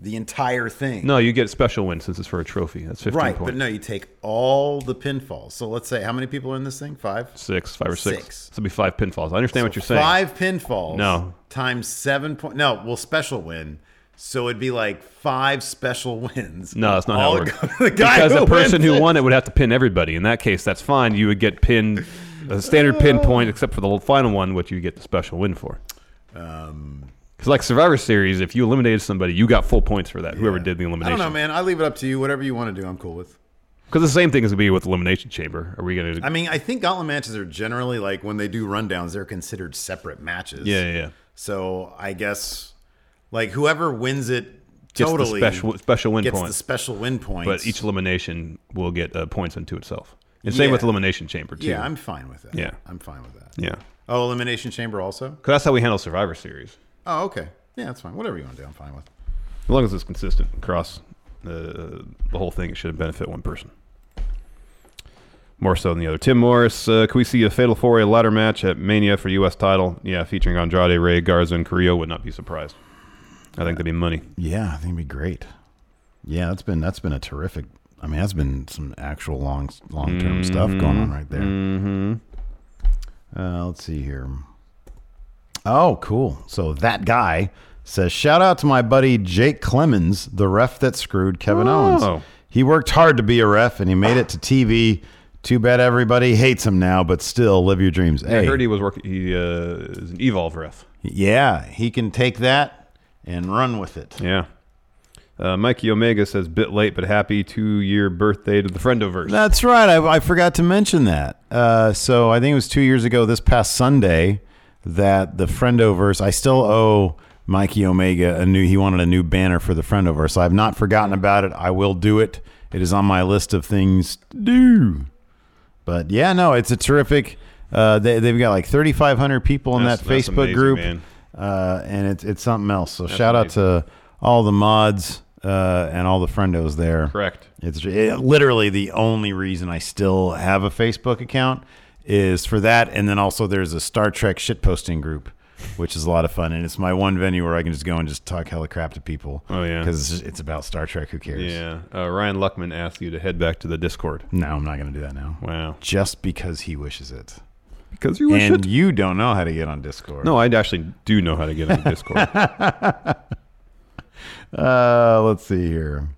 Speaker 5: the entire thing.
Speaker 6: No, you get special win since it's for a trophy. That's 15
Speaker 5: right,
Speaker 6: points.
Speaker 5: but no, you take all the pinfalls. So let's say how many people are in this thing? Five.
Speaker 6: Six, five or six.
Speaker 5: Six.
Speaker 6: This will be five pinfalls. I understand what you're saying.
Speaker 5: Five pinfalls.
Speaker 6: No.
Speaker 5: Times seven point. No, well, special win. So it'd be like five special wins.
Speaker 6: No, that's not
Speaker 5: All
Speaker 6: how it
Speaker 5: go
Speaker 6: works.
Speaker 5: to The guy
Speaker 6: because
Speaker 5: who
Speaker 6: the person
Speaker 5: wins
Speaker 6: who
Speaker 5: it.
Speaker 6: won it would have to pin everybody. In that case, that's fine. You would get pinned a
Speaker 5: Uh.
Speaker 6: standard pin point, except for the final one, which you get the special win for.
Speaker 5: Um,
Speaker 6: Because like Survivor Series, if you eliminated somebody, you got full points for that. Whoever did
Speaker 5: I
Speaker 6: the
Speaker 5: don't know,
Speaker 6: elimination.
Speaker 5: man. I leave it up to you. Whatever you want to do, I'm cool with.
Speaker 6: Because the same thing is gonna be with elimination chamber. Are we gonna?
Speaker 5: I mean, I think gauntlet matches are generally like when they do rundowns, they're considered separate matches.
Speaker 6: Yeah, yeah, yeah.
Speaker 5: So I guess like whoever wins it
Speaker 6: Gets the
Speaker 5: totally
Speaker 6: special- special win
Speaker 5: gets the
Speaker 6: points.
Speaker 5: special win points.
Speaker 6: But each elimination will get uh, points unto itself. And same
Speaker 5: Yeah.
Speaker 6: with elimination chamber too.
Speaker 5: Yeah, I'm fine with that.
Speaker 6: Yeah,
Speaker 5: I'm fine with that.
Speaker 6: yeah.
Speaker 5: Oh, elimination chamber also.
Speaker 6: Because that's how we handle Survivor Series.
Speaker 5: Oh, okay. Yeah, that's fine. Whatever you want to do, I'm fine with.
Speaker 6: As long as it's consistent across the the whole thing, it should benefit one person. More so than the other. Tim Morris, uh, can we see a Fatal 4 A ladder match at Mania for U.S. title? Yeah, featuring Andrade, Ray, Garza, and Carrillo would not be surprised. I think that'd be money.
Speaker 5: Yeah, I think it'd be great. Yeah, that's been that's been a terrific. I mean, that's been some actual long long term stuff going on right there.
Speaker 6: Mm-hmm.
Speaker 5: Uh, let's see here. Oh, cool. So that guy says, shout out to my buddy Jake Clemens, the ref that screwed Kevin
Speaker 6: Oh.
Speaker 5: Owens. He worked hard to be a ref and he made it to TV. Too bad everybody hates him now, but still live your dreams.
Speaker 6: I
Speaker 5: Hey,
Speaker 6: heard he was working. He uh, is an Evolve ref.
Speaker 5: yeah, he can take that and run with it.
Speaker 6: Yeah. Uh, Mikey Omega says, bit late, but happy two year birthday to the Friendoverse.
Speaker 5: That's right. I, I forgot to mention that. Uh, so I think it was two years ago this past Sunday that the Friendoverse, I still owe Mikey Omega a new, he wanted a new banner for the Friendoverse. I've not forgotten about it. I will do it. It is on my list of things to do. But yeah, no, it's a terrific, uh, they, they've got like 3,500 people in
Speaker 6: That's-
Speaker 5: that
Speaker 6: that's
Speaker 5: Facebook
Speaker 6: amazing,
Speaker 5: group.
Speaker 6: man.
Speaker 5: Uh, and it's, it's something else. So
Speaker 6: That's
Speaker 5: shout out to all the mods uh, and all the friendos there.
Speaker 6: Correct.
Speaker 5: It's it, literally the only reason I still have a Facebook account is for that, and then also there's a Star Trek shitposting group, which is a lot of fun, and it's my one venue where I can just go and just talk hella crap to people.
Speaker 6: Oh, yeah.
Speaker 5: because it's about Star Trek. Who cares?
Speaker 6: Yeah. Uh, Ryan Luckman asked you to head back to the Discord.
Speaker 5: No, I'm not gonna do that now.
Speaker 6: Wow.
Speaker 5: Just because he wishes it.
Speaker 6: Because you wish
Speaker 5: and
Speaker 6: it.
Speaker 5: you don't know how to get on Discord.
Speaker 6: No, I actually do know how to get on Discord.
Speaker 5: Uh, let's see here.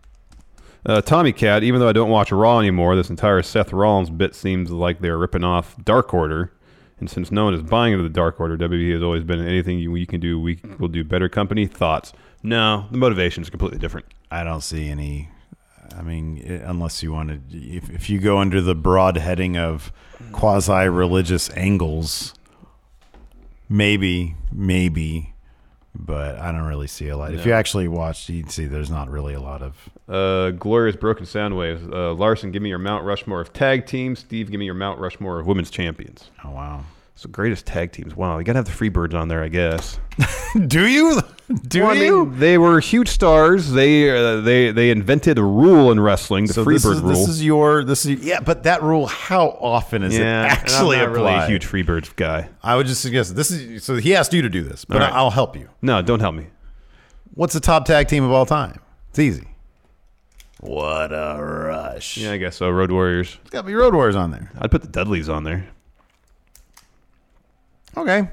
Speaker 6: Uh, Tommy Cat, even though I don't watch Raw anymore, this entire Seth Rollins bit seems like they're ripping off Dark Order. And since no one is buying into the Dark Order, WWE has always been anything you, you can do, we will do better company. Thoughts? No, the motivation is completely different.
Speaker 5: I don't see any. I mean, i- unless you want to, if, if you go under the broad heading of quasi religious angles, maybe, maybe, but I don't really see a lot. If
Speaker 6: No.
Speaker 5: you actually watched, you'd see there's not really a lot of.
Speaker 6: Uh, glorious broken sound waves. Uh, Larson, give me your Mount Rushmore of tag teams. Steve, give me your Mount Rushmore of women's champions.
Speaker 5: Oh wow!
Speaker 6: So greatest tag teams. Wow, you gotta have the Freebirds on there, I guess.
Speaker 5: Do you? Do
Speaker 6: Well, I mean, they were huge stars. They uh, they they invented a rule in wrestling, the
Speaker 5: So
Speaker 6: Freebird
Speaker 5: this is,
Speaker 6: rule.
Speaker 5: This is your. This is yeah. But that rule, how often is
Speaker 6: yeah,
Speaker 5: it actually
Speaker 6: and I'm not really
Speaker 5: applied?
Speaker 6: a huge Freebirds guy.
Speaker 5: I would just suggest this is. So he asked you to do this, but
Speaker 6: All right.
Speaker 5: I'll help you.
Speaker 6: No, don't help me.
Speaker 5: What's the top tag team of all time? It's easy. What a rush!
Speaker 6: Yeah, I guess so. Road Warriors.
Speaker 5: It's got to be Road Warriors on there.
Speaker 6: I'd put the Dudleys on there.
Speaker 5: Okay.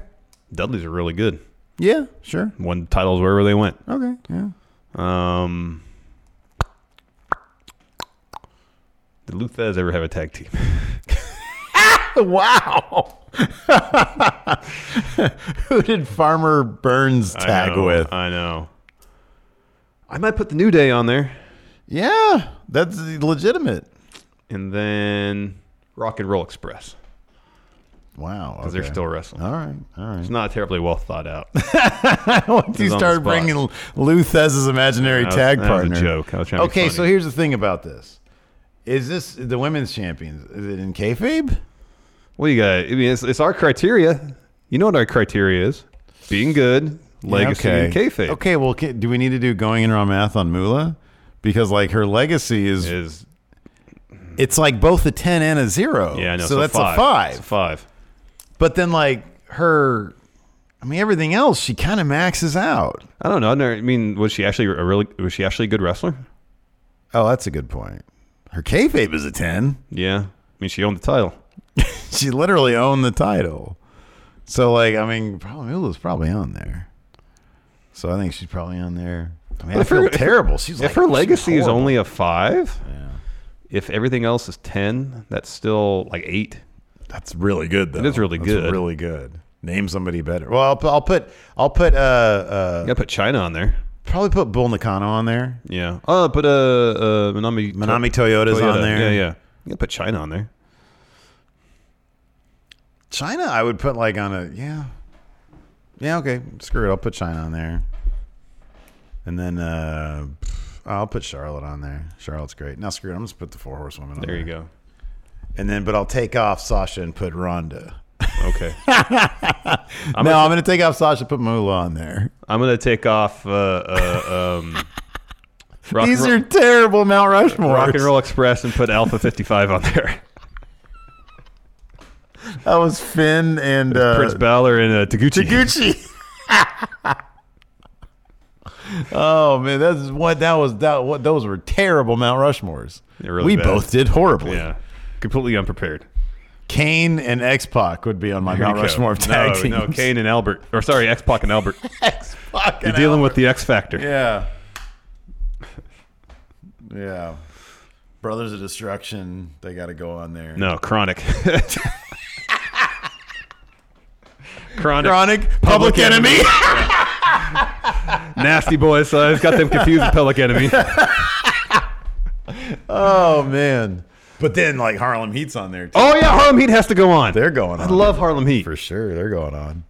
Speaker 6: Dudleys are really good.
Speaker 5: Yeah, sure.
Speaker 6: Won titles wherever they went.
Speaker 5: Okay. Yeah.
Speaker 6: Um, did Luthez ever have a tag team?
Speaker 5: Wow. Who did Farmer Burns
Speaker 6: I
Speaker 5: tag
Speaker 6: know,
Speaker 5: with?
Speaker 6: I know. I might put the New Day on there.
Speaker 5: Yeah, that's legitimate.
Speaker 6: And then Rock and Roll Express.
Speaker 5: Wow.
Speaker 6: Because they're
Speaker 5: okay. Uh,
Speaker 6: still wrestling.
Speaker 5: All right. All right.
Speaker 6: It's not terribly well thought out.
Speaker 5: Once you
Speaker 6: He's on the
Speaker 5: start
Speaker 6: spot.
Speaker 5: bringing Lou Thes's imaginary
Speaker 6: That was-
Speaker 5: tag
Speaker 6: that was a
Speaker 5: partner.
Speaker 6: joke. I was trying to be
Speaker 5: okay, so
Speaker 6: funny.
Speaker 5: here's the thing about this: is this the women's champions? Is it in kayfabe?
Speaker 6: Well, you got. I mean, it's, it's our criteria. You know what our criteria is: being good, legacy,
Speaker 5: okay.
Speaker 6: and kayfabe.
Speaker 5: Okay, well, ca- do we need to do going in raw math on Mula? Because like her legacy is
Speaker 6: is
Speaker 5: it's like both a ten and a zero.
Speaker 6: Yeah, I know.
Speaker 5: So,
Speaker 6: So
Speaker 5: that's
Speaker 6: five.
Speaker 5: a five.
Speaker 6: It's a five.
Speaker 5: But then like her, I mean everything else, she kind of maxes out.
Speaker 6: I don't know. I never- I mean, was she actually a really? Was she actually a good wrestler?
Speaker 5: Oh, that's a good point. Her kayfabe is a ten.
Speaker 6: Yeah, I mean, she owned the title.
Speaker 5: she literally owned the title. So like, I mean, probably Mula's probably on there. So I think she's probably on there. I mean, I
Speaker 6: If
Speaker 5: feel
Speaker 6: her-
Speaker 5: terrible.
Speaker 6: If,
Speaker 5: She's
Speaker 6: if
Speaker 5: like,
Speaker 6: her
Speaker 5: she's
Speaker 6: legacy is
Speaker 5: horrible.
Speaker 6: only a five, if everything else is ten, that's still like eight.
Speaker 5: That's really good though.
Speaker 6: It is really
Speaker 5: That's
Speaker 6: good.
Speaker 5: really good. Name somebody better. Well, I'll, pu- I'll put I'll put uh, uh
Speaker 6: Yeah, put China on there.
Speaker 5: Probably put Bull Nakano on there.
Speaker 6: Yeah. Oh, put uh, uh Manami
Speaker 5: Manami Toyota's on there.
Speaker 6: Yeah, yeah. You can put China on there.
Speaker 5: China, I would put like on a yeah, yeah. Okay, screw it. I'll put China on there, and then uh I'll put Charlotte on there. Charlotte's great. Now screw it. I'm just put the four horsewomen on there.
Speaker 6: There you go.
Speaker 5: And then, but I'll take off Sasha and put Ronda.
Speaker 6: Okay.
Speaker 5: no, I'm going to take off Sasha, put Moolah on there.
Speaker 6: I'm gonna take off. Uh, uh, um, rock
Speaker 5: These
Speaker 6: and
Speaker 5: are terrible Mount Rushmore.
Speaker 6: roll, Rock and Roll Express and put Alpha 55 on there.
Speaker 5: That was Finn and uh,
Speaker 6: Prince Balor and uh, Taguchi.
Speaker 5: Taguchi. oh man, that's what that was. That what those were terrible Mount Rushmores.
Speaker 6: They're
Speaker 5: we
Speaker 6: really bad.
Speaker 5: both did horribly.
Speaker 6: Yeah, completely unprepared.
Speaker 5: Kane and X Pac would be on my
Speaker 6: There
Speaker 5: Mount
Speaker 6: you go.
Speaker 5: Rushmore of tag
Speaker 6: no,
Speaker 5: teams.
Speaker 6: No, Kane and Albert, or sorry, X Pac and Albert.
Speaker 5: Fucking
Speaker 6: You're dealing with the X Factor.
Speaker 5: Yeah. Yeah. Brothers of Destruction, they got to go on there.
Speaker 6: No, chronic. chronic.
Speaker 5: Chronic, Public, Enemy.
Speaker 6: Nasty boys. So I've got them confused with Public Enemy.
Speaker 5: oh, man. But then, like, Harlem Heat's on there, too.
Speaker 6: Oh yeah, Harlem Heat has to go on.
Speaker 5: They're going on.
Speaker 6: I love Harlem Heat.
Speaker 5: For sure. They're going on.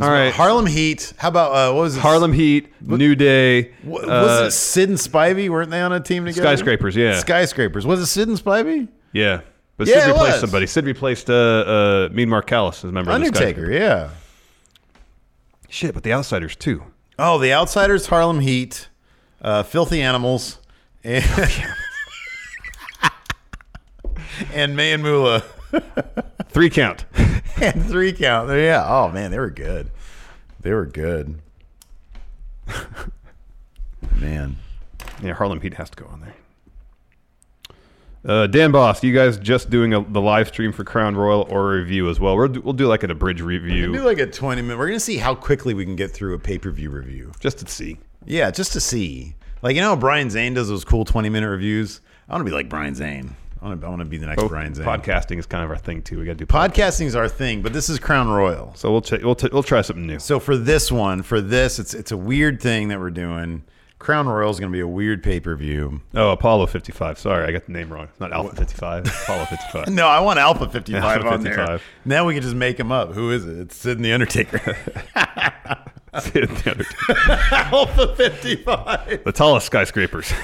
Speaker 6: All right.
Speaker 5: Harlem Heat. How about, uh, what was it?
Speaker 6: Harlem Heat, New Day.
Speaker 5: Wa- Was
Speaker 6: uh,
Speaker 5: it Sid and Spivey? Weren't they on a team together?
Speaker 6: Skyscrapers, yeah.
Speaker 5: Skyscrapers. Was it Sid and Spivey?
Speaker 6: Yeah. But
Speaker 5: Yeah,
Speaker 6: Sid
Speaker 5: it
Speaker 6: replaced
Speaker 5: was.
Speaker 6: somebody. Sid replaced uh, uh, Mean Mark Callis as a member of the
Speaker 5: Undertaker,
Speaker 6: Skyscraper.
Speaker 5: yeah.
Speaker 6: Shit, but the Outsiders too.
Speaker 5: Oh, The Outsiders, Harlem Heat, uh, Filthy Animals, and, and May and Moolah.
Speaker 6: Three count.
Speaker 5: and Three Count. Yeah. Oh, man, they were good. They were good. man.
Speaker 6: Yeah, Harlem Heat has to go on there. Uh, Dan Boss, you guys just doing a, the live stream for Crown Royal or a review as well? We're, we'll do like an abridged
Speaker 5: Maybe
Speaker 6: review
Speaker 5: like a 20 minute. We're going to see how quickly we can get through a pay per view review.
Speaker 6: just to see.
Speaker 5: Yeah, just to see. Like, you know how Brian Zane does those cool 20 minute reviews? I want to be like Brian Zane. I want to, I want to be the next
Speaker 6: Both
Speaker 5: Brian Zane.
Speaker 6: podcasting is kind of our thing too. We got to do pod-
Speaker 5: Podcasting's our thing, but this is Crown Royal.
Speaker 6: so we'll ch- we'll t- we'll try something new.
Speaker 5: So for this one, for this, it's it's a weird thing that we're doing. Crown Royal is going to be a weird pay per view.
Speaker 6: Oh, Apollo 55. Sorry, I got the name wrong. It's not Alpha 55. It's Apollo 55.
Speaker 5: No, I want Alpha Fifty Five
Speaker 6: Alpha
Speaker 5: on there.
Speaker 6: 55.
Speaker 5: Now we can just make him up. Who is it? It's Sid and the Undertaker.
Speaker 6: Sid and the Undertaker.
Speaker 5: Alpha Fifty Five.
Speaker 6: The tallest skyscrapers.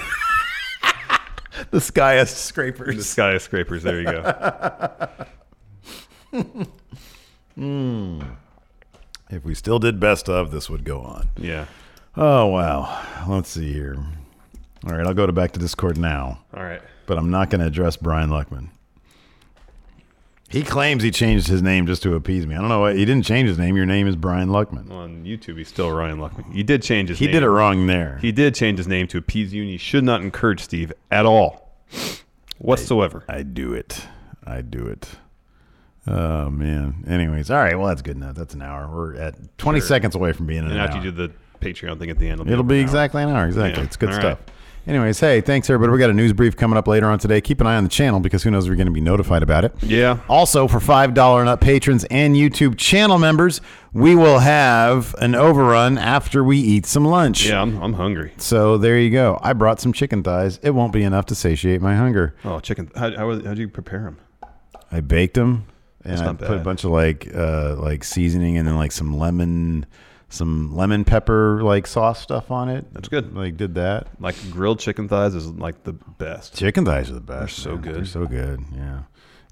Speaker 5: The Sky
Speaker 6: the
Speaker 5: Scrapers.
Speaker 6: skyscrapers. There you go.
Speaker 5: If we still did best of, this would go on.
Speaker 6: Yeah.
Speaker 5: Oh wow. Let's see here. All right, I'll go to back to Discord now.
Speaker 6: All right.
Speaker 5: but I'm not going to address Brian Luckman. He claims he changed his name just to appease me. I don't know. why He didn't change his name. Your name is Brian Luckman.
Speaker 6: On YouTube, he's still Ryan Luckman. He did change his
Speaker 5: He
Speaker 6: name.
Speaker 5: did it wrong there.
Speaker 6: He did change his name to appease you, and you should not encourage Steve at all, whatsoever.
Speaker 5: I do it. I do it. Oh man. Anyways, all right. Well, that's good enough. That's an hour. We're at 20 seconds away from being an
Speaker 6: and
Speaker 5: hour.
Speaker 6: after you do the Patreon thing at the end,
Speaker 5: It'll
Speaker 6: over
Speaker 5: be
Speaker 6: an hour.
Speaker 5: exactly an hour. Exactly.
Speaker 6: Yeah.
Speaker 5: It's good
Speaker 6: All right.
Speaker 5: stuff. Anyways, hey, thanks everybody. We got a news brief coming up later on today. Keep an eye on the channel because who knows if we're going to be notified about it.
Speaker 6: Yeah.
Speaker 5: Also, for five dollar and up patrons and YouTube channel members, we will have an overrun after we eat some lunch.
Speaker 6: Yeah, I'm, I'm hungry.
Speaker 5: So there you go. I brought some chicken thighs. It won't be enough to satiate my hunger.
Speaker 6: Oh, chicken. How how how do you prepare them?
Speaker 5: I baked them and
Speaker 6: That's
Speaker 5: I
Speaker 6: not
Speaker 5: put a
Speaker 6: bad.
Speaker 5: bunch of like uh like seasoning and then like some lemon some lemon pepper like sauce stuff on it.
Speaker 6: That's good.
Speaker 5: Like did that.
Speaker 6: Like grilled chicken thighs is like the best.
Speaker 5: Chicken thighs are the best.
Speaker 6: They're so
Speaker 5: man.
Speaker 6: good.
Speaker 5: They're so good. Yeah.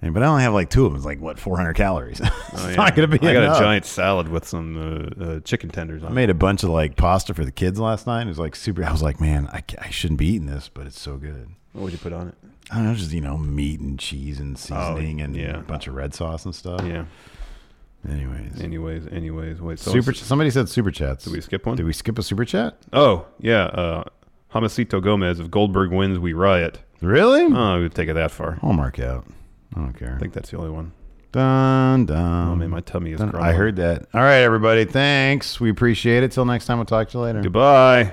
Speaker 5: And, but I only have like two of them. It's like what 400 calories. it's
Speaker 6: Oh, yeah.
Speaker 5: not going to be
Speaker 6: I
Speaker 5: enough.
Speaker 6: got a giant salad with some uh, uh, chicken tenders
Speaker 5: I
Speaker 6: on. it.
Speaker 5: made a bunch of like pasta for the kids last night. It was like super. I was like, man, I, ca- I shouldn't be eating this, but it's so good.
Speaker 6: What would you put on it?
Speaker 5: I don't know, just you know, meat and cheese and seasoning and a bunch of red sauce and stuff.
Speaker 6: Oh, Yeah.
Speaker 5: Anyways,
Speaker 6: anyways, anyways. Wait. So
Speaker 5: super.
Speaker 6: it's-
Speaker 5: Somebody said super chats. Did we
Speaker 6: skip one?
Speaker 5: Did we skip a super chat?
Speaker 6: Oh yeah. Uh, Jamasito Gomez. If Goldberg wins, we riot.
Speaker 5: Really?
Speaker 6: Oh, we'd take it that far.
Speaker 5: I'll mark out. I don't care.
Speaker 6: I think that's the only one.
Speaker 5: Dun dun.
Speaker 6: Oh, man, my tummy is
Speaker 5: Dun. I
Speaker 6: grumbling.
Speaker 5: heard that. All right, everybody. Thanks. We appreciate it. Till next time. We'll talk to you later.
Speaker 6: Goodbye.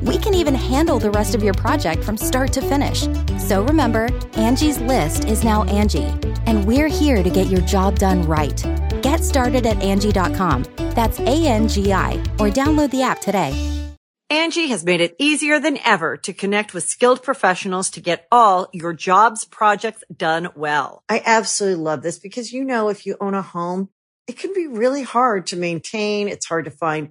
Speaker 8: We can even handle the rest of your project from start to finish. So remember, Angie's list is now Angie, and we're here to get your job done right. Get started at Angie.com. That's A N G I, or download the app today.
Speaker 1: Angie has made it easier than ever to connect with skilled professionals to get all your jobs projects done well. I absolutely love this because, you know, if you own a home, it can be really hard to maintain. It's hard to find